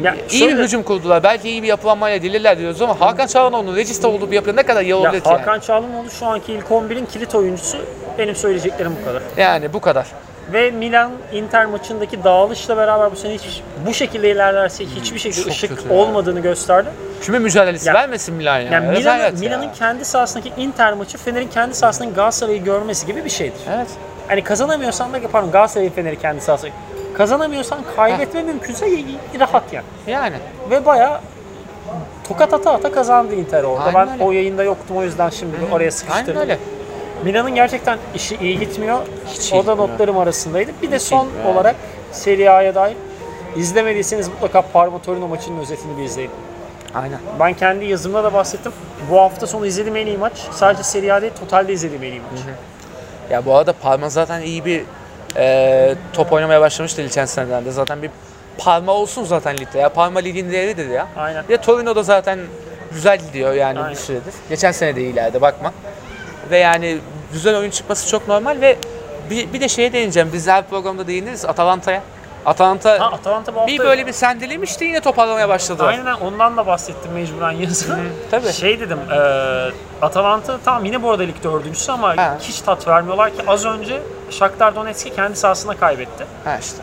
Speaker 1: Ya
Speaker 2: İyi
Speaker 1: şöyle-
Speaker 2: bir hücum kurdular. Belki iyi bir yapılanmayla dilirler diyoruz ama Hakan Çalhanoğlu'nun regista olduğu bir yapıda ne kadar iyi
Speaker 1: Ya
Speaker 2: olabilir ki yani.
Speaker 1: Hakan Çalhanoğlu şu anki ilk 11'in kilit oyuncusu. Benim söyleyeceklerim bu kadar.
Speaker 2: Yani bu kadar.
Speaker 1: Ve Milan Inter maçındaki dağılışla beraber bu sene hiç bu şekilde ilerlerse hiçbir şekilde
Speaker 2: Hmm, çok
Speaker 1: ışık
Speaker 2: kötü ya.
Speaker 1: olmadığını gösterdi.
Speaker 2: Küme mücadelesi
Speaker 1: Ya-
Speaker 2: vermesin Milan ya.
Speaker 1: Yani
Speaker 2: Rezalet
Speaker 1: Milan'ın,
Speaker 2: ya.
Speaker 1: Milan'ın kendi sahasındaki Inter maçı Fener'in kendi sahasındaki Galatasaray'ı görmesi gibi bir şeydir.
Speaker 2: Evet.
Speaker 1: Hani kazanamıyorsan da pardon Galatasaray'ın Fener'i kendi sahasında. Kazanamıyorsan kaybetme mümkünse y- y- rahat yani.
Speaker 2: Yani.
Speaker 1: Ve bayağı tokat ata ata kazandı Inter orada.
Speaker 2: Aynen
Speaker 1: ben
Speaker 2: öyle.
Speaker 1: o yayında yoktum o yüzden şimdi oraya sıkıştırdım.
Speaker 2: Aynen öyle.
Speaker 1: Milan'ın gerçekten işi iyi gitmiyor.
Speaker 2: Hiç iyi
Speaker 1: o da
Speaker 2: gitmiyor.
Speaker 1: notlarım arasındaydı. Bir de son
Speaker 2: gitmiyor.
Speaker 1: olarak Serie A'ya dair izlemediyseniz mutlaka Parma Torino maçının özetini bir izleyin.
Speaker 2: Aynen.
Speaker 1: Ben kendi yazımda da bahsettim. Bu hafta sonu izlediğim en iyi maç. Sadece Serie A değil, totalde izlediğim en iyi maç.
Speaker 2: Ya bu arada Parma zaten iyi bir e, top oynamaya başlamıştı geçen seneden de. Zaten bir Parma olsun zaten ligde ya. Parma ligin değeridir ya.
Speaker 1: Aynen.
Speaker 2: Bir de Torino'da zaten güzel gidiyor yani
Speaker 1: Aynen.
Speaker 2: bir süredir. Geçen sene de ileride bakma. Ve yani güzel oyun çıkması çok normal ve bir, bir de şeye değineceğim. Biz her programda değiniriz Atalanta'ya. Atalanta
Speaker 1: Ha Atalanta bu hafta...
Speaker 2: bir böyle bir sendelemişti yine toparlamaya başladı.
Speaker 1: Aynen ondan da bahsettim mecburen yazıda.
Speaker 2: tabii.
Speaker 1: Şey dedim, e, Atalanta tamam yine bu arada lig dördüncüsü ama
Speaker 2: Ha.
Speaker 1: hiç tat vermiyorlar ki. Az önce Shakhtar Donetsk'i kendi sahasında kaybetti.
Speaker 2: Ha işte.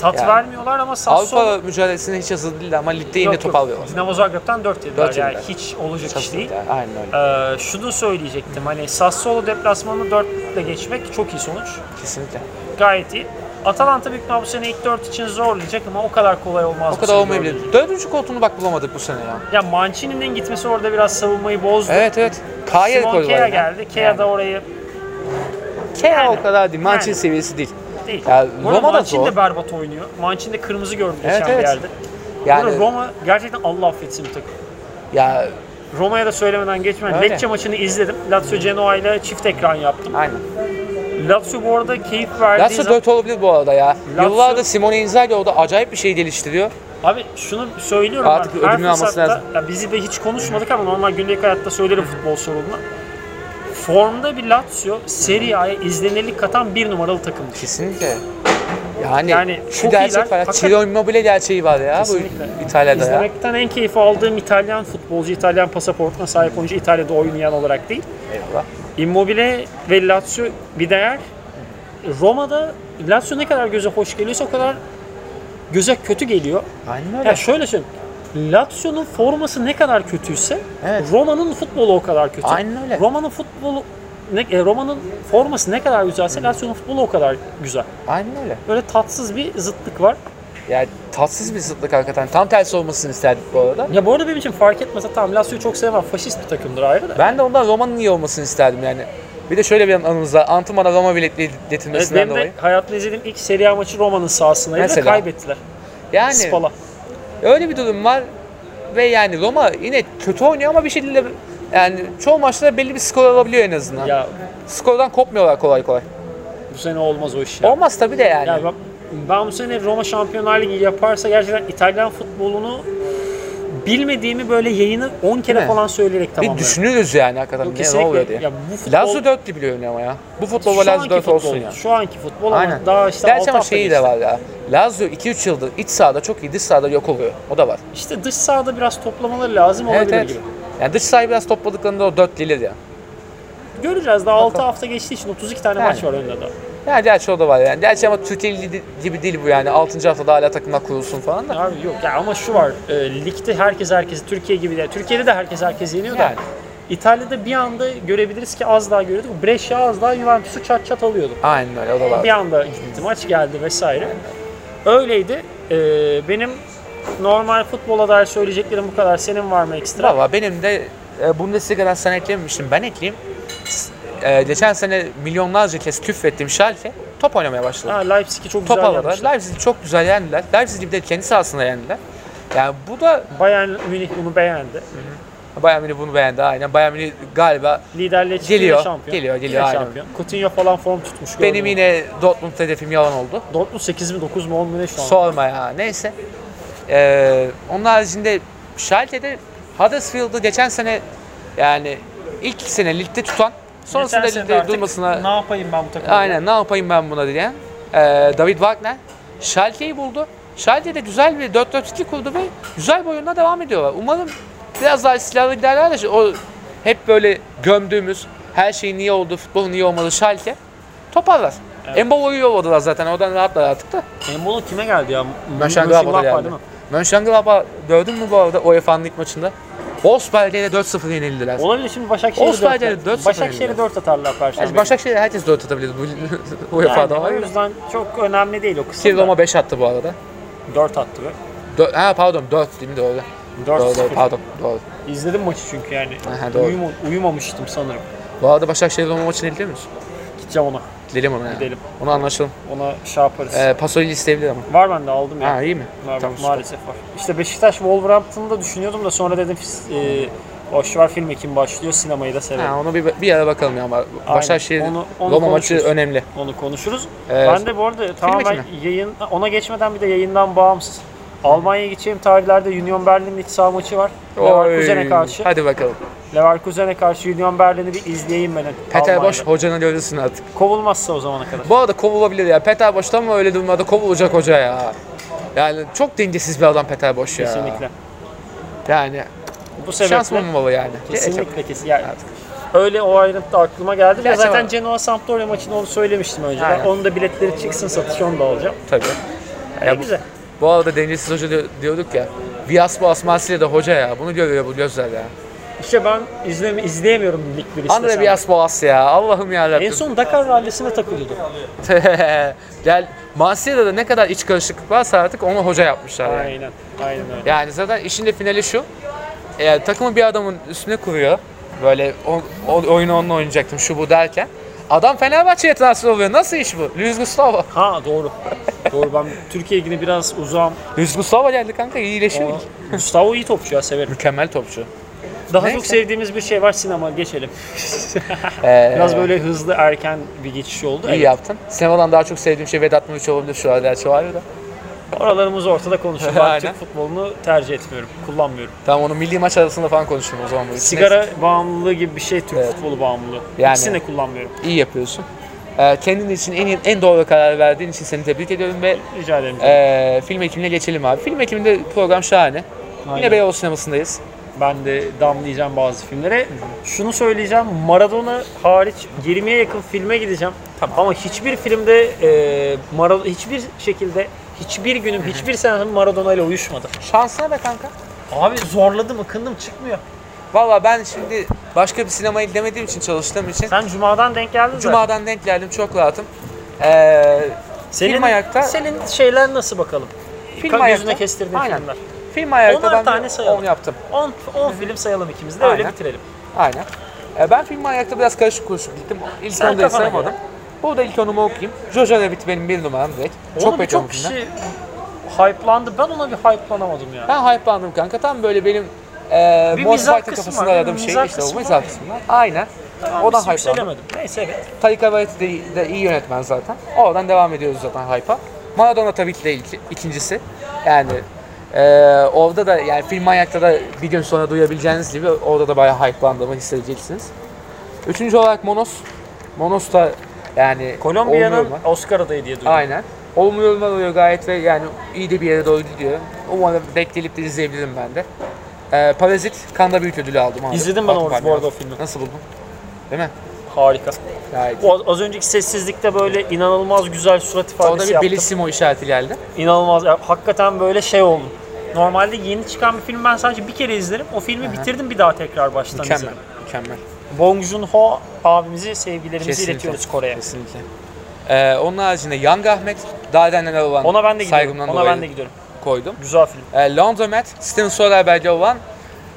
Speaker 1: Tat
Speaker 2: Yani.
Speaker 1: vermiyorlar ama Sassuolo...
Speaker 2: Avrupa mücadelesine hiç hazır değil ama ligde
Speaker 1: Yok,
Speaker 2: yine
Speaker 1: yok.
Speaker 2: toparlıyorlar.
Speaker 1: Dinamo Zagreb'den 4 yediler.
Speaker 2: Dört
Speaker 1: yani
Speaker 2: yediler.
Speaker 1: hiç olacak
Speaker 2: Çok
Speaker 1: iş değil.
Speaker 2: yani, Aynen öyle.
Speaker 1: Ee, şunu söyleyecektim. Hani Sassuolo deplasmanını 4 ile geçmek çok iyi sonuç.
Speaker 2: Kesinlikle.
Speaker 1: Gayet iyi. Atalanta büyük ihtimalle bu sene ilk 4 için zorlayacak ama o kadar kolay olmaz.
Speaker 2: O
Speaker 1: bu
Speaker 2: kadar
Speaker 1: sene
Speaker 2: olmayabilir.
Speaker 1: dördüncü.
Speaker 2: Dördüncü koltuğunu bak bulamadık bu sene ya.
Speaker 1: Ya Mancini'nin gitmesi orada biraz savunmayı bozdu.
Speaker 2: Evet evet. Kaya
Speaker 1: Simon
Speaker 2: koydular.
Speaker 1: Kea
Speaker 2: ya.
Speaker 1: geldi. Kea da orayı
Speaker 2: Kaya
Speaker 1: Yani.
Speaker 2: o kadar değil. Mancini
Speaker 1: Yani.
Speaker 2: seviyesi değil.
Speaker 1: değil.
Speaker 2: Ya
Speaker 1: Bu arada
Speaker 2: Roma da
Speaker 1: Mancini
Speaker 2: zor.
Speaker 1: de berbat oynuyor. Mancini de kırmızı gördü
Speaker 2: Evet,
Speaker 1: geçen bir
Speaker 2: evet.
Speaker 1: yerde. Yani...
Speaker 2: Yani
Speaker 1: Roma gerçekten Allah affetsin bir takım.
Speaker 2: ya
Speaker 1: Roma'ya da söylemeden geçmeden
Speaker 2: Öyle.
Speaker 1: Lecce maçını izledim. Lazio Genoa ile çift ekran yaptım.
Speaker 2: aynen.
Speaker 1: Lazio bu arada keyif verdiği
Speaker 2: Lazio
Speaker 1: zaman...
Speaker 2: 4 olabilir bu arada ya.
Speaker 1: Lazio-
Speaker 2: Yıllardır Simone Inzaghi orada acayip bir şey geliştiriyor.
Speaker 1: Abi şunu söylüyorum
Speaker 2: Artık
Speaker 1: ben, her
Speaker 2: ödülünü alması
Speaker 1: fırsatta-
Speaker 2: lazım.
Speaker 1: Ya bizi de hiç konuşmadık ama normal günlük hayatta söylerim futbol sorununa. Formda bir Lazio Serie A'ya izlenirlik katan bir numaralı takımdır.
Speaker 2: Kesinlikle. Yani,
Speaker 1: Yani
Speaker 2: şu
Speaker 1: çok iyiler.
Speaker 2: gerçek var. ya.
Speaker 1: Fakat-
Speaker 2: Ciro Immobile gerçeği var ya
Speaker 1: Kesinlikle.
Speaker 2: bu İtalya'da ya.
Speaker 1: İzlemekten en keyif aldığım İtalyan futbolcu, İtalyan pasaportuna sahip oyuncu İtalya'da oynayan olarak değil.
Speaker 2: Eyvallah.
Speaker 1: Immobile ve Lazio bir değer. Roma'da Lazio ne kadar göze hoş geliyorsa o kadar göze kötü geliyor.
Speaker 2: Aynen öyle.
Speaker 1: Ya şöyle söyleyeyim. Lazio'nun forması ne kadar kötüyse
Speaker 2: Evet.
Speaker 1: Roma'nın futbolu o kadar kötü.
Speaker 2: Aynen öyle.
Speaker 1: Roma'nın futbolu ne, e, Roma'nın forması ne kadar güzelse Lazio'nun futbolu o kadar güzel.
Speaker 2: Aynen öyle.
Speaker 1: Böyle tatsız bir zıtlık var.
Speaker 2: Yani tatsız bir zıtlık hakikaten. Tam tersi olmasını isterdik bu arada.
Speaker 1: Ya bu arada benim için fark etmez. Tamam Lazio'yu çok sevmem. Faşist bir takımdır ayrı da.
Speaker 2: Ben de ondan Roma'nın iyi olmasını isterdim yani. Bir de şöyle bir anımız var. Antım bana Roma biletli
Speaker 1: Evet,
Speaker 2: getirmesinden
Speaker 1: E, benim de
Speaker 2: dolayı.
Speaker 1: hayatımda izlediğim ilk Serie A maçı Roma'nın sahasındaydı ve
Speaker 2: Mesela.
Speaker 1: kaybettiler.
Speaker 2: Yani
Speaker 1: Spal'a.
Speaker 2: öyle bir durum var. Ve yani Roma yine kötü oynuyor ama bir şekilde yani çoğu maçta belli bir skor alabiliyor en azından.
Speaker 1: Ya
Speaker 2: Skordan kopmuyorlar kolay kolay.
Speaker 1: bu sene olmaz o iş ya.
Speaker 2: Olmaz tabii de yani.
Speaker 1: Ya ben, ben bu sene Roma Şampiyonlar Ligi yaparsa gerçekten İtalyan futbolunu bilmediğimi böyle yayını 10 kere
Speaker 2: mi?
Speaker 1: falan söyleyerek
Speaker 2: Bir
Speaker 1: tamamladım.
Speaker 2: düşünürüz yani hakikaten ne, ne oluyor diye.
Speaker 1: Ya bu futbol,
Speaker 2: Lazio 4 gibi oynuyor ama ya. Bu
Speaker 1: şu
Speaker 2: futbolla Lazio
Speaker 1: anki
Speaker 2: 4 olsun
Speaker 1: futbol,
Speaker 2: ya.
Speaker 1: Şu anki futbol ama
Speaker 2: Aynen.
Speaker 1: daha işte
Speaker 2: Gerçi
Speaker 1: altı
Speaker 2: ama
Speaker 1: hafta
Speaker 2: şeyi de
Speaker 1: geçti.
Speaker 2: var ya. Lazio 2-3 yıldır iç sahada çok iyi, dış sahada yok oluyor. O da var.
Speaker 1: İşte dış sahada biraz toplamaları lazım
Speaker 2: Evet
Speaker 1: olabilir
Speaker 2: evet.
Speaker 1: gibi.
Speaker 2: Yani dış sahayı biraz topladıklarında o 4 gelir ya.
Speaker 1: Göreceğiz daha 6 hafta geçtiği için 32 tane
Speaker 2: Yani.
Speaker 1: maç var önde daha.
Speaker 2: Yani gerçi o da var yani. Gerçi ama Türkiye Ligi gibi değil bu yani. 6. haftada hala takımlar kurulsun falan da.
Speaker 1: Abi yok ya ama şu var. e, ligde herkes herkesi Türkiye gibi değil. Türkiye'de de herkes herkes yeniyor da.
Speaker 2: Yani.
Speaker 1: İtalya'da bir anda görebiliriz ki az daha görüyorduk. Brescia az daha Juventus'u çat çat alıyordu.
Speaker 2: Aynen öyle o da var.
Speaker 1: Bir anda gitti maç geldi vesaire. Öyleydi. E, benim normal futbola dair söyleyeceklerim bu kadar. Senin var mı ekstra?
Speaker 2: Valla benim de e, Bundesliga'dan sen eklememiştin. Ben ekleyeyim. S- e, geçen sene milyonlarca kez küfrettiğim Schalke top oynamaya başladı.
Speaker 1: Ha, Leipzig'i çok
Speaker 2: top
Speaker 1: güzel
Speaker 2: aldılar.
Speaker 1: yapmışlar.
Speaker 2: Leipzig'i çok güzel yendiler. Leipzig'i bir de kendi sahasında yendiler. Yani bu da
Speaker 1: Bayern Münih bunu beğendi.
Speaker 2: Bayern Münih bunu beğendi aynen. Bayern Münih galiba
Speaker 1: Liderliğe çıktı
Speaker 2: Geliyor,
Speaker 1: yine şampiyon.
Speaker 2: geliyor,
Speaker 1: Yine
Speaker 2: geliyor, aynen.
Speaker 1: şampiyon. Coutinho falan form tutmuş.
Speaker 2: benim
Speaker 1: gördüm.
Speaker 2: yine Dortmund hedefim yalan oldu.
Speaker 1: Dortmund 8 mi 9 mu 10 mu ne şu an?
Speaker 2: Sorma ya neyse. Ee, onun haricinde Schalke'de Huddersfield'ı geçen sene yani ilk sene ligde tutan sonrasında
Speaker 1: Geçen sene de
Speaker 2: ligde
Speaker 1: artık
Speaker 2: durmasına
Speaker 1: Ne yapayım ben bu takımda?
Speaker 2: Aynen ne yapayım ben buna diye. Ee, David Wagner Schalke'yi buldu. Schalke de güzel bir 4-4-2 kurdu ve güzel bir oyunla devam ediyorlar. Umarım biraz daha silahlı giderler de şu- o hep böyle gömdüğümüz her şeyin niye oldu, futbolun niye olmalı Schalke toparlar.
Speaker 1: Evet.
Speaker 2: Evet. Embolo'yu yolladılar zaten oradan rahatlar artık da.
Speaker 1: Embolo kime geldi ya?
Speaker 2: Mönchengladbach'a
Speaker 1: Mönchengladbach
Speaker 2: geldi.
Speaker 1: değil mi?
Speaker 2: Mönchengladbach gördün mü bu arada UEFA'nın ilk maçında? Wolfsberg'e de 4-0 yenildiler.
Speaker 1: Olabilir şimdi Başakşehir'e
Speaker 2: Osman
Speaker 1: 4,
Speaker 2: Hoca 4-0
Speaker 1: Başakşehir'e
Speaker 2: yenildi.
Speaker 1: 4 atarlar
Speaker 2: Yani
Speaker 1: Perşembe.
Speaker 2: Başakşehir'e herkes 4 atabilir bu
Speaker 1: Yani
Speaker 2: UEFA'da.
Speaker 1: o
Speaker 2: var.
Speaker 1: yüzden çok önemli değil o kısım.
Speaker 2: Ki Roma 5 attı bu arada.
Speaker 1: 4 attı be.
Speaker 2: Dö- ha pardon 4 değil mi doğru. Doğru,
Speaker 1: 4
Speaker 2: doğru pardon doğru.
Speaker 1: İzledim maçı çünkü yani.
Speaker 2: Aha, doğru.
Speaker 1: Uyuma- uyumamıştım sanırım.
Speaker 2: Bu arada Başakşehir Roma maçını izliyor musun?
Speaker 1: Gideceğim ona.
Speaker 2: Gidelim ona. yani.
Speaker 1: Gidelim.
Speaker 2: Onu anlaşalım.
Speaker 1: Ona şey yaparız.
Speaker 2: Ee, Pasolini isteyebilir ama.
Speaker 1: Var bende aldım ya.
Speaker 2: Ha iyi mi?
Speaker 1: Var,
Speaker 2: Tamam, süper.
Speaker 1: maalesef var. İşte Beşiktaş Wolverhampton'ı da düşünüyordum da sonra dedim e, boşver film ekim başlıyor sinemayı da severim.
Speaker 2: Ha, onu bir, bir ara bakalım ya ama Başakşehir
Speaker 1: Onu- onu
Speaker 2: Roma maçı
Speaker 1: konuşuruz.
Speaker 2: önemli.
Speaker 1: Onu konuşuruz.
Speaker 2: Evet.
Speaker 1: Ben de bu arada tamamen
Speaker 2: mi?
Speaker 1: yayın ona geçmeden bir de yayından bağımsız. Almanya'ya gideceğim tarihlerde Union Berlin'in iç saha maçı var. Leverkusen'e
Speaker 2: Oy,
Speaker 1: karşı.
Speaker 2: Hadi bakalım.
Speaker 1: Leverkusen'e karşı Union Berlin'i bir izleyeyim ben.
Speaker 2: Peter Boş
Speaker 1: Almanya'da.
Speaker 2: hocanın görürsün artık.
Speaker 1: Kovulmazsa o zamana kadar.
Speaker 2: Bu arada kovulabilir ya. Peter Boş tam öyle durumlarda kovulacak hoca ya. Yani çok dengesiz bir adam Peter Boş ya.
Speaker 1: Kesinlikle.
Speaker 2: Yani
Speaker 1: Bu sebeple
Speaker 2: şans olmamalı yani. Gerek yok.
Speaker 1: kesinlikle kesin. Yani öyle o ayrıntı aklıma geldi. ve
Speaker 2: Gerçi
Speaker 1: zaten
Speaker 2: var.
Speaker 1: Genoa Sampdoria maçında onu söylemiştim önceden.
Speaker 2: Aynen.
Speaker 1: Onun da biletleri çıksın satış onu da alacağım.
Speaker 2: Tabii.
Speaker 1: Ne
Speaker 2: Ya bu-
Speaker 1: güzel.
Speaker 2: Bu arada dengesiz hoca diyor- diyorduk ya. Vias bu Asmasi'yle de hoca ya. Bunu görüyor bu gözler ya.
Speaker 1: İşte ben izleme, izleyemiyorum lig bir
Speaker 2: Andre
Speaker 1: istesem.
Speaker 2: Vias Boas ya. Allah'ım ya
Speaker 1: En son Dakar rallisine takılıyordu.
Speaker 2: Gel Marsilya'da da ne kadar iç karışıklık varsa artık onu hoca yapmışlar yani.
Speaker 1: Aynen. Aynen öyle.
Speaker 2: Yani zaten işin de finali şu. Eğer takımı bir adamın üstüne kuruyor. Böyle o, o oyunu onunla oynayacaktım şu bu derken. Adam Fenerbahçe'ye transfer oluyor. Nasıl iş bu? Luis Gustavo.
Speaker 1: Ha doğru. doğru ben Türkiye ligine biraz uzağım.
Speaker 2: Luis Gustavo geldi kanka iyileşiyor.
Speaker 1: Ama Gustavo iyi topçu ya severim.
Speaker 2: Mükemmel topçu.
Speaker 1: Daha
Speaker 2: Neyse.
Speaker 1: çok sevdiğimiz bir şey var sinema geçelim.
Speaker 2: Ee,
Speaker 1: biraz böyle hızlı erken bir geçiş oldu.
Speaker 2: iyi
Speaker 1: Evet.
Speaker 2: yaptın. Sinemadan daha çok sevdiğim şey Vedat Muriç olabilir şu an gerçi var ya da.
Speaker 1: Oralarımız ortada konuşuyor. Ben
Speaker 2: Aynen.
Speaker 1: Türk futbolunu tercih etmiyorum. Kullanmıyorum.
Speaker 2: Tamam onu milli maç arasında falan konuşuruz o zaman. bu işi.
Speaker 1: Sigara
Speaker 2: Neyse,
Speaker 1: bağımlılığı gibi bir şey Türk
Speaker 2: Evet.
Speaker 1: futbolu bağımlılığı.
Speaker 2: Yani.
Speaker 1: İkisini de kullanmıyorum.
Speaker 2: iyi yapıyorsun. Ee, kendin için en iyi- en doğru karar verdiğin için seni tebrik ediyorum ve
Speaker 1: Rica ederim.
Speaker 2: ee, film ekimine geçelim abi. Film ekiminde program şahane.
Speaker 1: Aynen.
Speaker 2: Yine Beyoğlu sinemasındayız.
Speaker 1: Ben de damlayacağım bazı filmlere. Şunu söyleyeceğim. Maradona hariç 20'ye yakın filme gideceğim. Ama hiçbir filmde e, Maradona hiçbir şekilde hiçbir günüm, hiçbir senem Maradona ile uyuşmadı.
Speaker 2: Şansına be kanka.
Speaker 1: Abi zorladım, ıkındım çıkmıyor.
Speaker 2: Valla ben şimdi başka bir sinemaya gidemediğim için çalıştığım için
Speaker 1: Sen Cuma'dan denk geldin zaten.
Speaker 2: Cuma'dan denk geldim çok rahatım. Ee,
Speaker 1: Senin,
Speaker 2: film ayakta-
Speaker 1: Senin şeyler nasıl bakalım?
Speaker 2: Film
Speaker 1: Ka-
Speaker 2: ayakta.
Speaker 1: Gözüne kestirdiğin
Speaker 2: Aynen.
Speaker 1: filmler.
Speaker 2: film ayakta
Speaker 1: Onar
Speaker 2: ben
Speaker 1: tane
Speaker 2: de
Speaker 1: sayalım.
Speaker 2: 10 yaptım.
Speaker 1: 10 film sayalım ikimiz de öyle
Speaker 2: Aynen.
Speaker 1: bitirelim.
Speaker 2: Aynen. Ee, ben film ayakta biraz karışık kuruşuk gittim. İlk
Speaker 1: Sen
Speaker 2: onları
Speaker 1: kafana
Speaker 2: sayamadım. Burada ilk onumu okuyayım. Jojo Rabbit benim bir numaram direkt.
Speaker 1: Çok
Speaker 2: çok
Speaker 1: Onu
Speaker 2: bekliyorum
Speaker 1: çok şey-
Speaker 2: filmden.
Speaker 1: kişi hype'landı. Ben ona bir hype'lanamadım yani.
Speaker 2: Ben hype'landım kanka. Tam böyle benim e,
Speaker 1: Bir
Speaker 2: Monty
Speaker 1: mizah
Speaker 2: Python
Speaker 1: kısmı
Speaker 2: kafasında
Speaker 1: var, bir
Speaker 2: aradığım şey
Speaker 1: mizah
Speaker 2: işte o
Speaker 1: kısmı
Speaker 2: mizah
Speaker 1: var.
Speaker 2: kısmı var. Aynen.
Speaker 1: Ben
Speaker 2: o da
Speaker 1: bir şey
Speaker 2: hype'landım.
Speaker 1: yükselemedim. Neyse evet.
Speaker 2: Taika Waititi de, de iyi yönetmen zaten. Oradan devam ediyoruz zaten hype'a. Maradona tabii ki de ilk, ikincisi. Yani Ee, orada da yani film manyakta da bir gün sonra duyabileceğiniz gibi orada da bayağı hype'landığımı hissedeceksiniz. Üçüncü olarak Monos. Monos da yani
Speaker 1: Kolombiya'nın
Speaker 2: olmuyor mu?
Speaker 1: Oscar adayı diye duydum.
Speaker 2: Aynen. Olmuyor mu oluyor gayet ve yani iyi de bir yere doğru gidiyor. Umarım bekleyip de izleyebilirim ben de. Ee, Parazit Kanda Büyük Ödülü aldım abi.
Speaker 1: İzledim ben
Speaker 2: Baktım
Speaker 1: orada bu
Speaker 2: parmağına.
Speaker 1: arada o filmi.
Speaker 2: Nasıl buldun? Değil mi?
Speaker 1: Harika.
Speaker 2: Gayet.
Speaker 1: O az önceki sessizlikte böyle inanılmaz güzel surat
Speaker 2: Orada
Speaker 1: ifadesi
Speaker 2: bir
Speaker 1: yaptım.
Speaker 2: Bellissimo işareti geldi.
Speaker 1: İnanılmaz. ya hakikaten böyle şey oldu. Normalde yeni çıkan bir film ben sadece bir kere izlerim. O filmi bitirdim bir daha tekrar baştan
Speaker 2: Mükemmel.
Speaker 1: izlerim.
Speaker 2: Mükemmel.
Speaker 1: Bong Joon-ho abimizi, sevgilerimizi
Speaker 2: Kesinlikle.
Speaker 1: iletiyoruz Kore'ye.
Speaker 2: Kesinlikle. Ee, onun haricinde Young Ahmet, Dardanel olan
Speaker 1: Ona ben de gidiyorum.
Speaker 2: saygımdan
Speaker 1: Ona
Speaker 2: dolayı
Speaker 1: ben de gidiyorum.
Speaker 2: koydum.
Speaker 1: Güzel film.
Speaker 2: E, Laundromat, Steven Soderbergh'e olan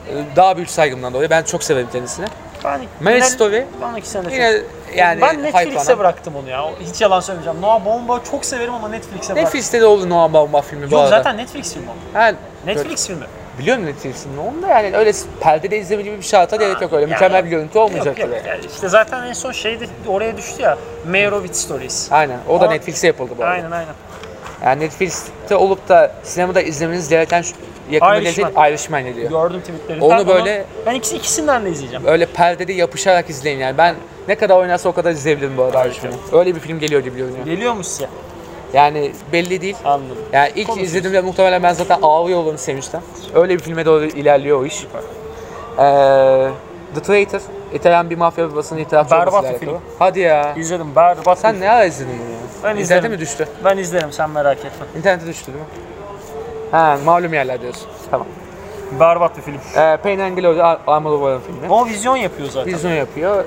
Speaker 2: e, daha büyük saygımdan dolayı. Ben çok severim kendisini.
Speaker 1: Ben
Speaker 2: Marriage
Speaker 1: ben-
Speaker 2: Story
Speaker 1: Ben ikisini de çok
Speaker 2: yine yani
Speaker 1: ben Netflix'e
Speaker 2: hype'lanan-
Speaker 1: bıraktım onu ya. Hiç yalan söylemeyeceğim. Noah Baumbach'ı çok severim ama Netflix'e bıraktım.
Speaker 2: Netflix'te de oldu Noah Baumbach filmi bu
Speaker 1: Yok
Speaker 2: arada.
Speaker 1: zaten Netflix filmi. o.
Speaker 2: Ha,
Speaker 1: Netflix filmi.
Speaker 2: Biliyorum Netflix'in ne onu da yani öyle perdede izleme gibi bir şarta gerek yok öyle.
Speaker 1: Yani-
Speaker 2: Mükemmel bir görüntü
Speaker 1: Yok,
Speaker 2: olmayacaktı.
Speaker 1: yok.
Speaker 2: yani.
Speaker 1: Yani İşte zaten en son şeyde oraya düştü ya. Meyerowitz Stories.
Speaker 2: Aynen. O da
Speaker 1: Ama-
Speaker 2: Netflix'e yapıldı bu arada.
Speaker 1: Aynen aynen.
Speaker 2: Yani Netflix'te olup da sinemada izlemeniz gereken şu- yakında
Speaker 1: Irishman.
Speaker 2: gelecek Irishman ediyor.
Speaker 1: Gördüm tweetlerinden.
Speaker 2: Onu böyle-
Speaker 1: Ben ikisi, ikisinden de izleyeceğim.
Speaker 2: Öyle perdede yapışarak izleyin yani. Ben ne kadar oynarsa o kadar izleyebilirim bu arada Irishman'ı. Öyle bir film geliyor gibi görünüyor.
Speaker 1: Geliyormuş size.
Speaker 2: Yani belli değil.
Speaker 1: Anladım.
Speaker 2: Yani ilk
Speaker 1: Konuşuruz.
Speaker 2: izlediğimde muhtemelen ben zaten ağlıyor olurum sevinçten. Öyle bir filme doğru ilerliyor o iş. Ee, The Traitor, İtalyan bir mafya babasının itirafçı
Speaker 1: Berbat
Speaker 2: olması
Speaker 1: bir
Speaker 2: alakalı.
Speaker 1: film.
Speaker 2: Hadi ya.
Speaker 1: İzledim. Berbat.
Speaker 2: Sen ne ara izledin bunu ya?
Speaker 1: Ben
Speaker 2: İnternete
Speaker 1: izlerim.
Speaker 2: mi düştü?
Speaker 1: Ben izlerim sen merak etme.
Speaker 2: İnternete düştü değil mi? Ha, malum yerler diyorsun. Tamam.
Speaker 1: Berbat bir film.
Speaker 2: Ee, Pain and Glory Ar- Almodovar'ın filmi.
Speaker 1: Ama vizyon yapıyor zaten.
Speaker 2: Vizyon yapıyor.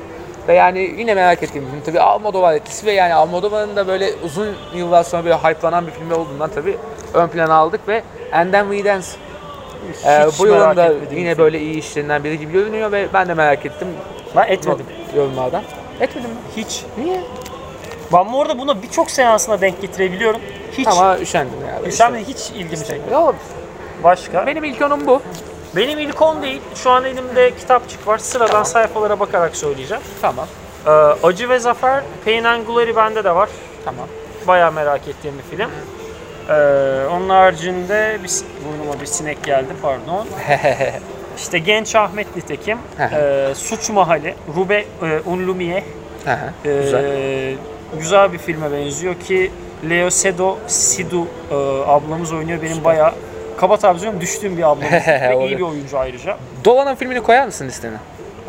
Speaker 2: Ve yani yine merak ettiğim bir film. Tabii Almodovar etkisi ve yani Almodovar'ın da böyle uzun yıllar sonra böyle hype'lanan bir filmi olduğundan tabii ön plana aldık ve And Then We Dance
Speaker 1: Hiç
Speaker 2: Ee, bu yılın
Speaker 1: merak
Speaker 2: da
Speaker 1: etmediğim
Speaker 2: yine
Speaker 1: bir film.
Speaker 2: böyle iyi işlerinden biri gibi görünüyor ve ben de merak ettim
Speaker 1: Ben etmedim.
Speaker 2: yorumlardan. Etmedim mi?
Speaker 1: Hiç.
Speaker 2: Niye?
Speaker 1: Ben bu arada buna birçok seansına denk getirebiliyorum. Hiç.
Speaker 2: Ama üşendim ya. böyle
Speaker 1: Sen de hiç ilgimi
Speaker 2: işte.
Speaker 1: çekmedi.
Speaker 2: Ya oğlum,
Speaker 1: Başka?
Speaker 2: benim ilk onum bu.
Speaker 1: Benim ilk 10 değil. Şu an elimde kitapçık var. Sıradan sayfalara bakarak söyleyeceğim.
Speaker 2: Tamam.
Speaker 1: Ee, Acı ve Zafer, Pain and Glory bende de var.
Speaker 2: Tamam.
Speaker 1: Bayağı merak ettiğim bir film. Ee, onun haricinde bir, sin- burnuma bir sinek geldi pardon. İşte Genç Ahmet nitekim. Ee, Suç Mahalli, Rube e, Unlumiye.
Speaker 2: Hı hı,
Speaker 1: Ee,
Speaker 2: Güzel.
Speaker 1: güzel bir filme benziyor ki Leo Sedo Sidu e, ablamız oynuyor. Benim bayağı kaba tabir ediyorum, düştüğüm bir ablamız. Ve iyi
Speaker 2: Olabilir.
Speaker 1: bir oyuncu ayrıca.
Speaker 2: Dolan'ın filmini koyar mısın listene?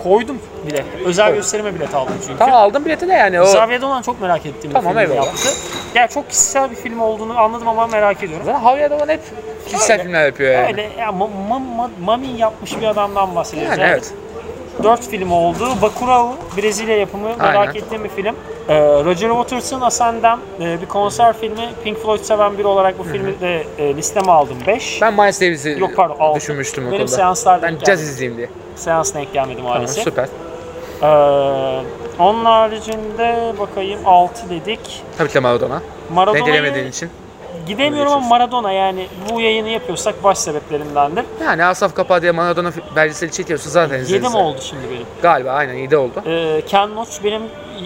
Speaker 1: Koydum bile. Özel gösterime bilet aldım çünkü.
Speaker 2: Tamam aldım bileti de yani o.
Speaker 1: Xavier Dolan çok merak ettiğim
Speaker 2: Tamam,
Speaker 1: bir film
Speaker 2: eyvallah.
Speaker 1: yaptı. Yani çok kişisel bir film olduğunu anladım ama merak ediyorum.
Speaker 2: Zaten Javier Dolan hep kişisel
Speaker 1: Öyle.
Speaker 2: filmler yapıyor yani.
Speaker 1: Öyle ya, ma- ma- ma- mami yapmış bir adamdan bahsediyoruz.
Speaker 2: Yani evet.
Speaker 1: 4 film oldu. Bakurau Brezilya yapımı merak
Speaker 2: Aynen.
Speaker 1: ettiğim bir film. Ee, Roger Waters'ın Ascendem e, bir konser filmi. Pink Floyd seven biri olarak bu filmi de e, listeme aldım 5.
Speaker 2: Ben Miles Davis'i
Speaker 1: Yok, pardon, altı.
Speaker 2: düşünmüştüm o
Speaker 1: Benim
Speaker 2: konuda.
Speaker 1: seanslar
Speaker 2: Ben
Speaker 1: denk
Speaker 2: caz
Speaker 1: geldi.
Speaker 2: izleyeyim diye.
Speaker 1: Seansına denk gelmedi
Speaker 2: Tamam,
Speaker 1: maalesef.
Speaker 2: süper.
Speaker 1: Ee, onun haricinde bakayım 6 dedik.
Speaker 2: Tabii ki de Maradona. Ne dilemediğin
Speaker 1: Maradona'yı
Speaker 2: için.
Speaker 1: gidemiyorum ama Maradona yani bu yayını yapıyorsak baş sebeplerimdendir.
Speaker 2: Yani Asaf Kapağı diye Maradona fi- belgeseli çekiyorsun zaten
Speaker 1: 7 mi
Speaker 2: izleriz.
Speaker 1: oldu şimdi benim?
Speaker 2: Galiba aynen 7 oldu.
Speaker 1: Ee, Ken Loach benim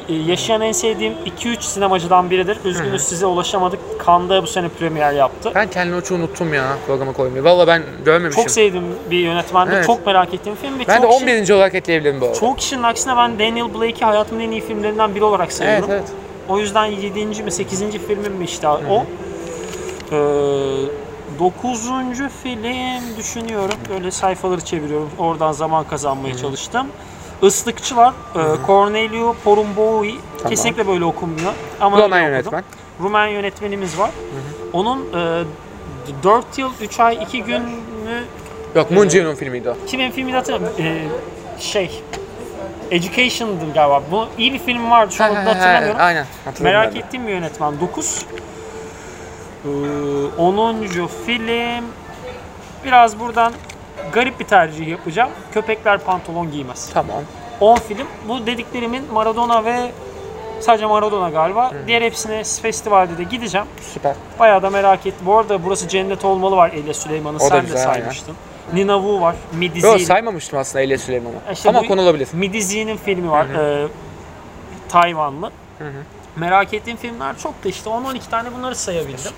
Speaker 1: e, yaşayan en sevdiğim 2-3 sinemacıdan biridir. Üzgünüz size ulaşamadık. Kanda bu sene premier yaptı.
Speaker 2: Ben kendini uçu unuttum ya programa koymayı. Valla ben görmemişim.
Speaker 1: Çok sevdiğim bir yönetmendir.
Speaker 2: Evet.
Speaker 1: Çok merak ettiğim film ve
Speaker 2: ben de
Speaker 1: çoğu,
Speaker 2: 11.
Speaker 1: kişi,
Speaker 2: olarak ekleyebilirim bu arada.
Speaker 1: çoğu kişinin aksine ben Daniel Blake'i hayatımın en iyi filmlerinden biri olarak
Speaker 2: evet
Speaker 1: sayıyorum.
Speaker 2: evet.
Speaker 1: O yüzden 7. mi 8. filmim mi işte o. Ee, 9. film düşünüyorum. Böyle sayfaları çeviriyorum. Oradan zaman kazanmaya çalıştım. Islıkçı var. Ee, Cornelio Porumboğui.
Speaker 2: Tamam.
Speaker 1: Kesinlikle böyle okunmuyor. Ama
Speaker 2: Roman
Speaker 1: öyle okudum.
Speaker 2: yönetmen.
Speaker 1: Rumen yönetmenimiz var. Onun e, 4 yıl, 3 ay, 2 gün mü
Speaker 2: Yok
Speaker 1: Ee,
Speaker 2: Moon Jae-hoon filmiydi o.
Speaker 1: kimin filmini hatırlamıyorum. E, şey Education'dı galiba. Bu iyi bir film vardı. Şu anda hatırlamıyorum.
Speaker 2: Aynen. hatırladım
Speaker 1: Merak
Speaker 2: ben de.
Speaker 1: ettiğim bir yönetmen. 9. Ee, 10. film. Biraz buradan garip bir tercih yapacağım. Köpekler pantolon giymez.
Speaker 2: Tamam.
Speaker 1: 10 film. Bu dediklerimin Maradona ve sadece Maradona galiba. Diğer hepsine festivalde de gideceğim.
Speaker 2: Süper.
Speaker 1: Bayağı da merak ettim. Bu arada burası cennet olmalı var Elia Süleyman'ın.
Speaker 2: da
Speaker 1: Sen de
Speaker 2: güzel ya.
Speaker 1: saymıştın. Nina Wu var. Midizi.
Speaker 2: Yok saymamıştım aslında Elia Süleyman'ı.
Speaker 1: İşte
Speaker 2: Ama
Speaker 1: E, bu-
Speaker 2: konu olabilir.
Speaker 1: Midizi'nin filmi var. Ee, Tayvanlı. Merak ettiğim filmler çok da işte 10-12 tane bunları sayabildim.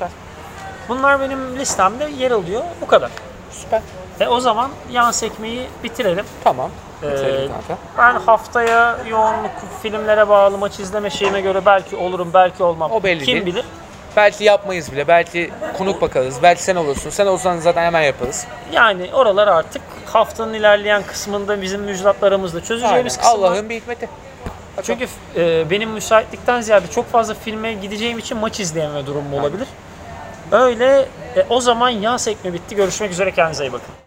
Speaker 1: Bunlar benim listemde yer alıyor. Bu kadar.
Speaker 2: Süper.
Speaker 1: E o zaman yan sekmeyi bitirelim.
Speaker 2: Tamam.
Speaker 1: Ee,
Speaker 2: Bitirelim kanka.
Speaker 1: Ben haftaya yoğunluk filmlere bağlı maç izleme şeyine göre belki olurum belki olmam.
Speaker 2: O belli
Speaker 1: Kim
Speaker 2: değil.
Speaker 1: bilir?
Speaker 2: Belki yapmayız bile. Belki konuk bakarız. Belki sen olursun. Sen olsan zaten hemen yaparız.
Speaker 1: Yani oralar artık haftanın ilerleyen kısmında bizim müjdatlarımızla çözeceğimiz
Speaker 2: Aynen.
Speaker 1: kısımlar.
Speaker 2: Allah'ın bir hikmeti.
Speaker 1: Çünkü e, benim müsaitlikten ziyade çok fazla filme gideceğim için maç izleyememe durumum olabilir. Öyle e, o zaman yan sekme bitti. Görüşmek üzere kendinize iyi bakın.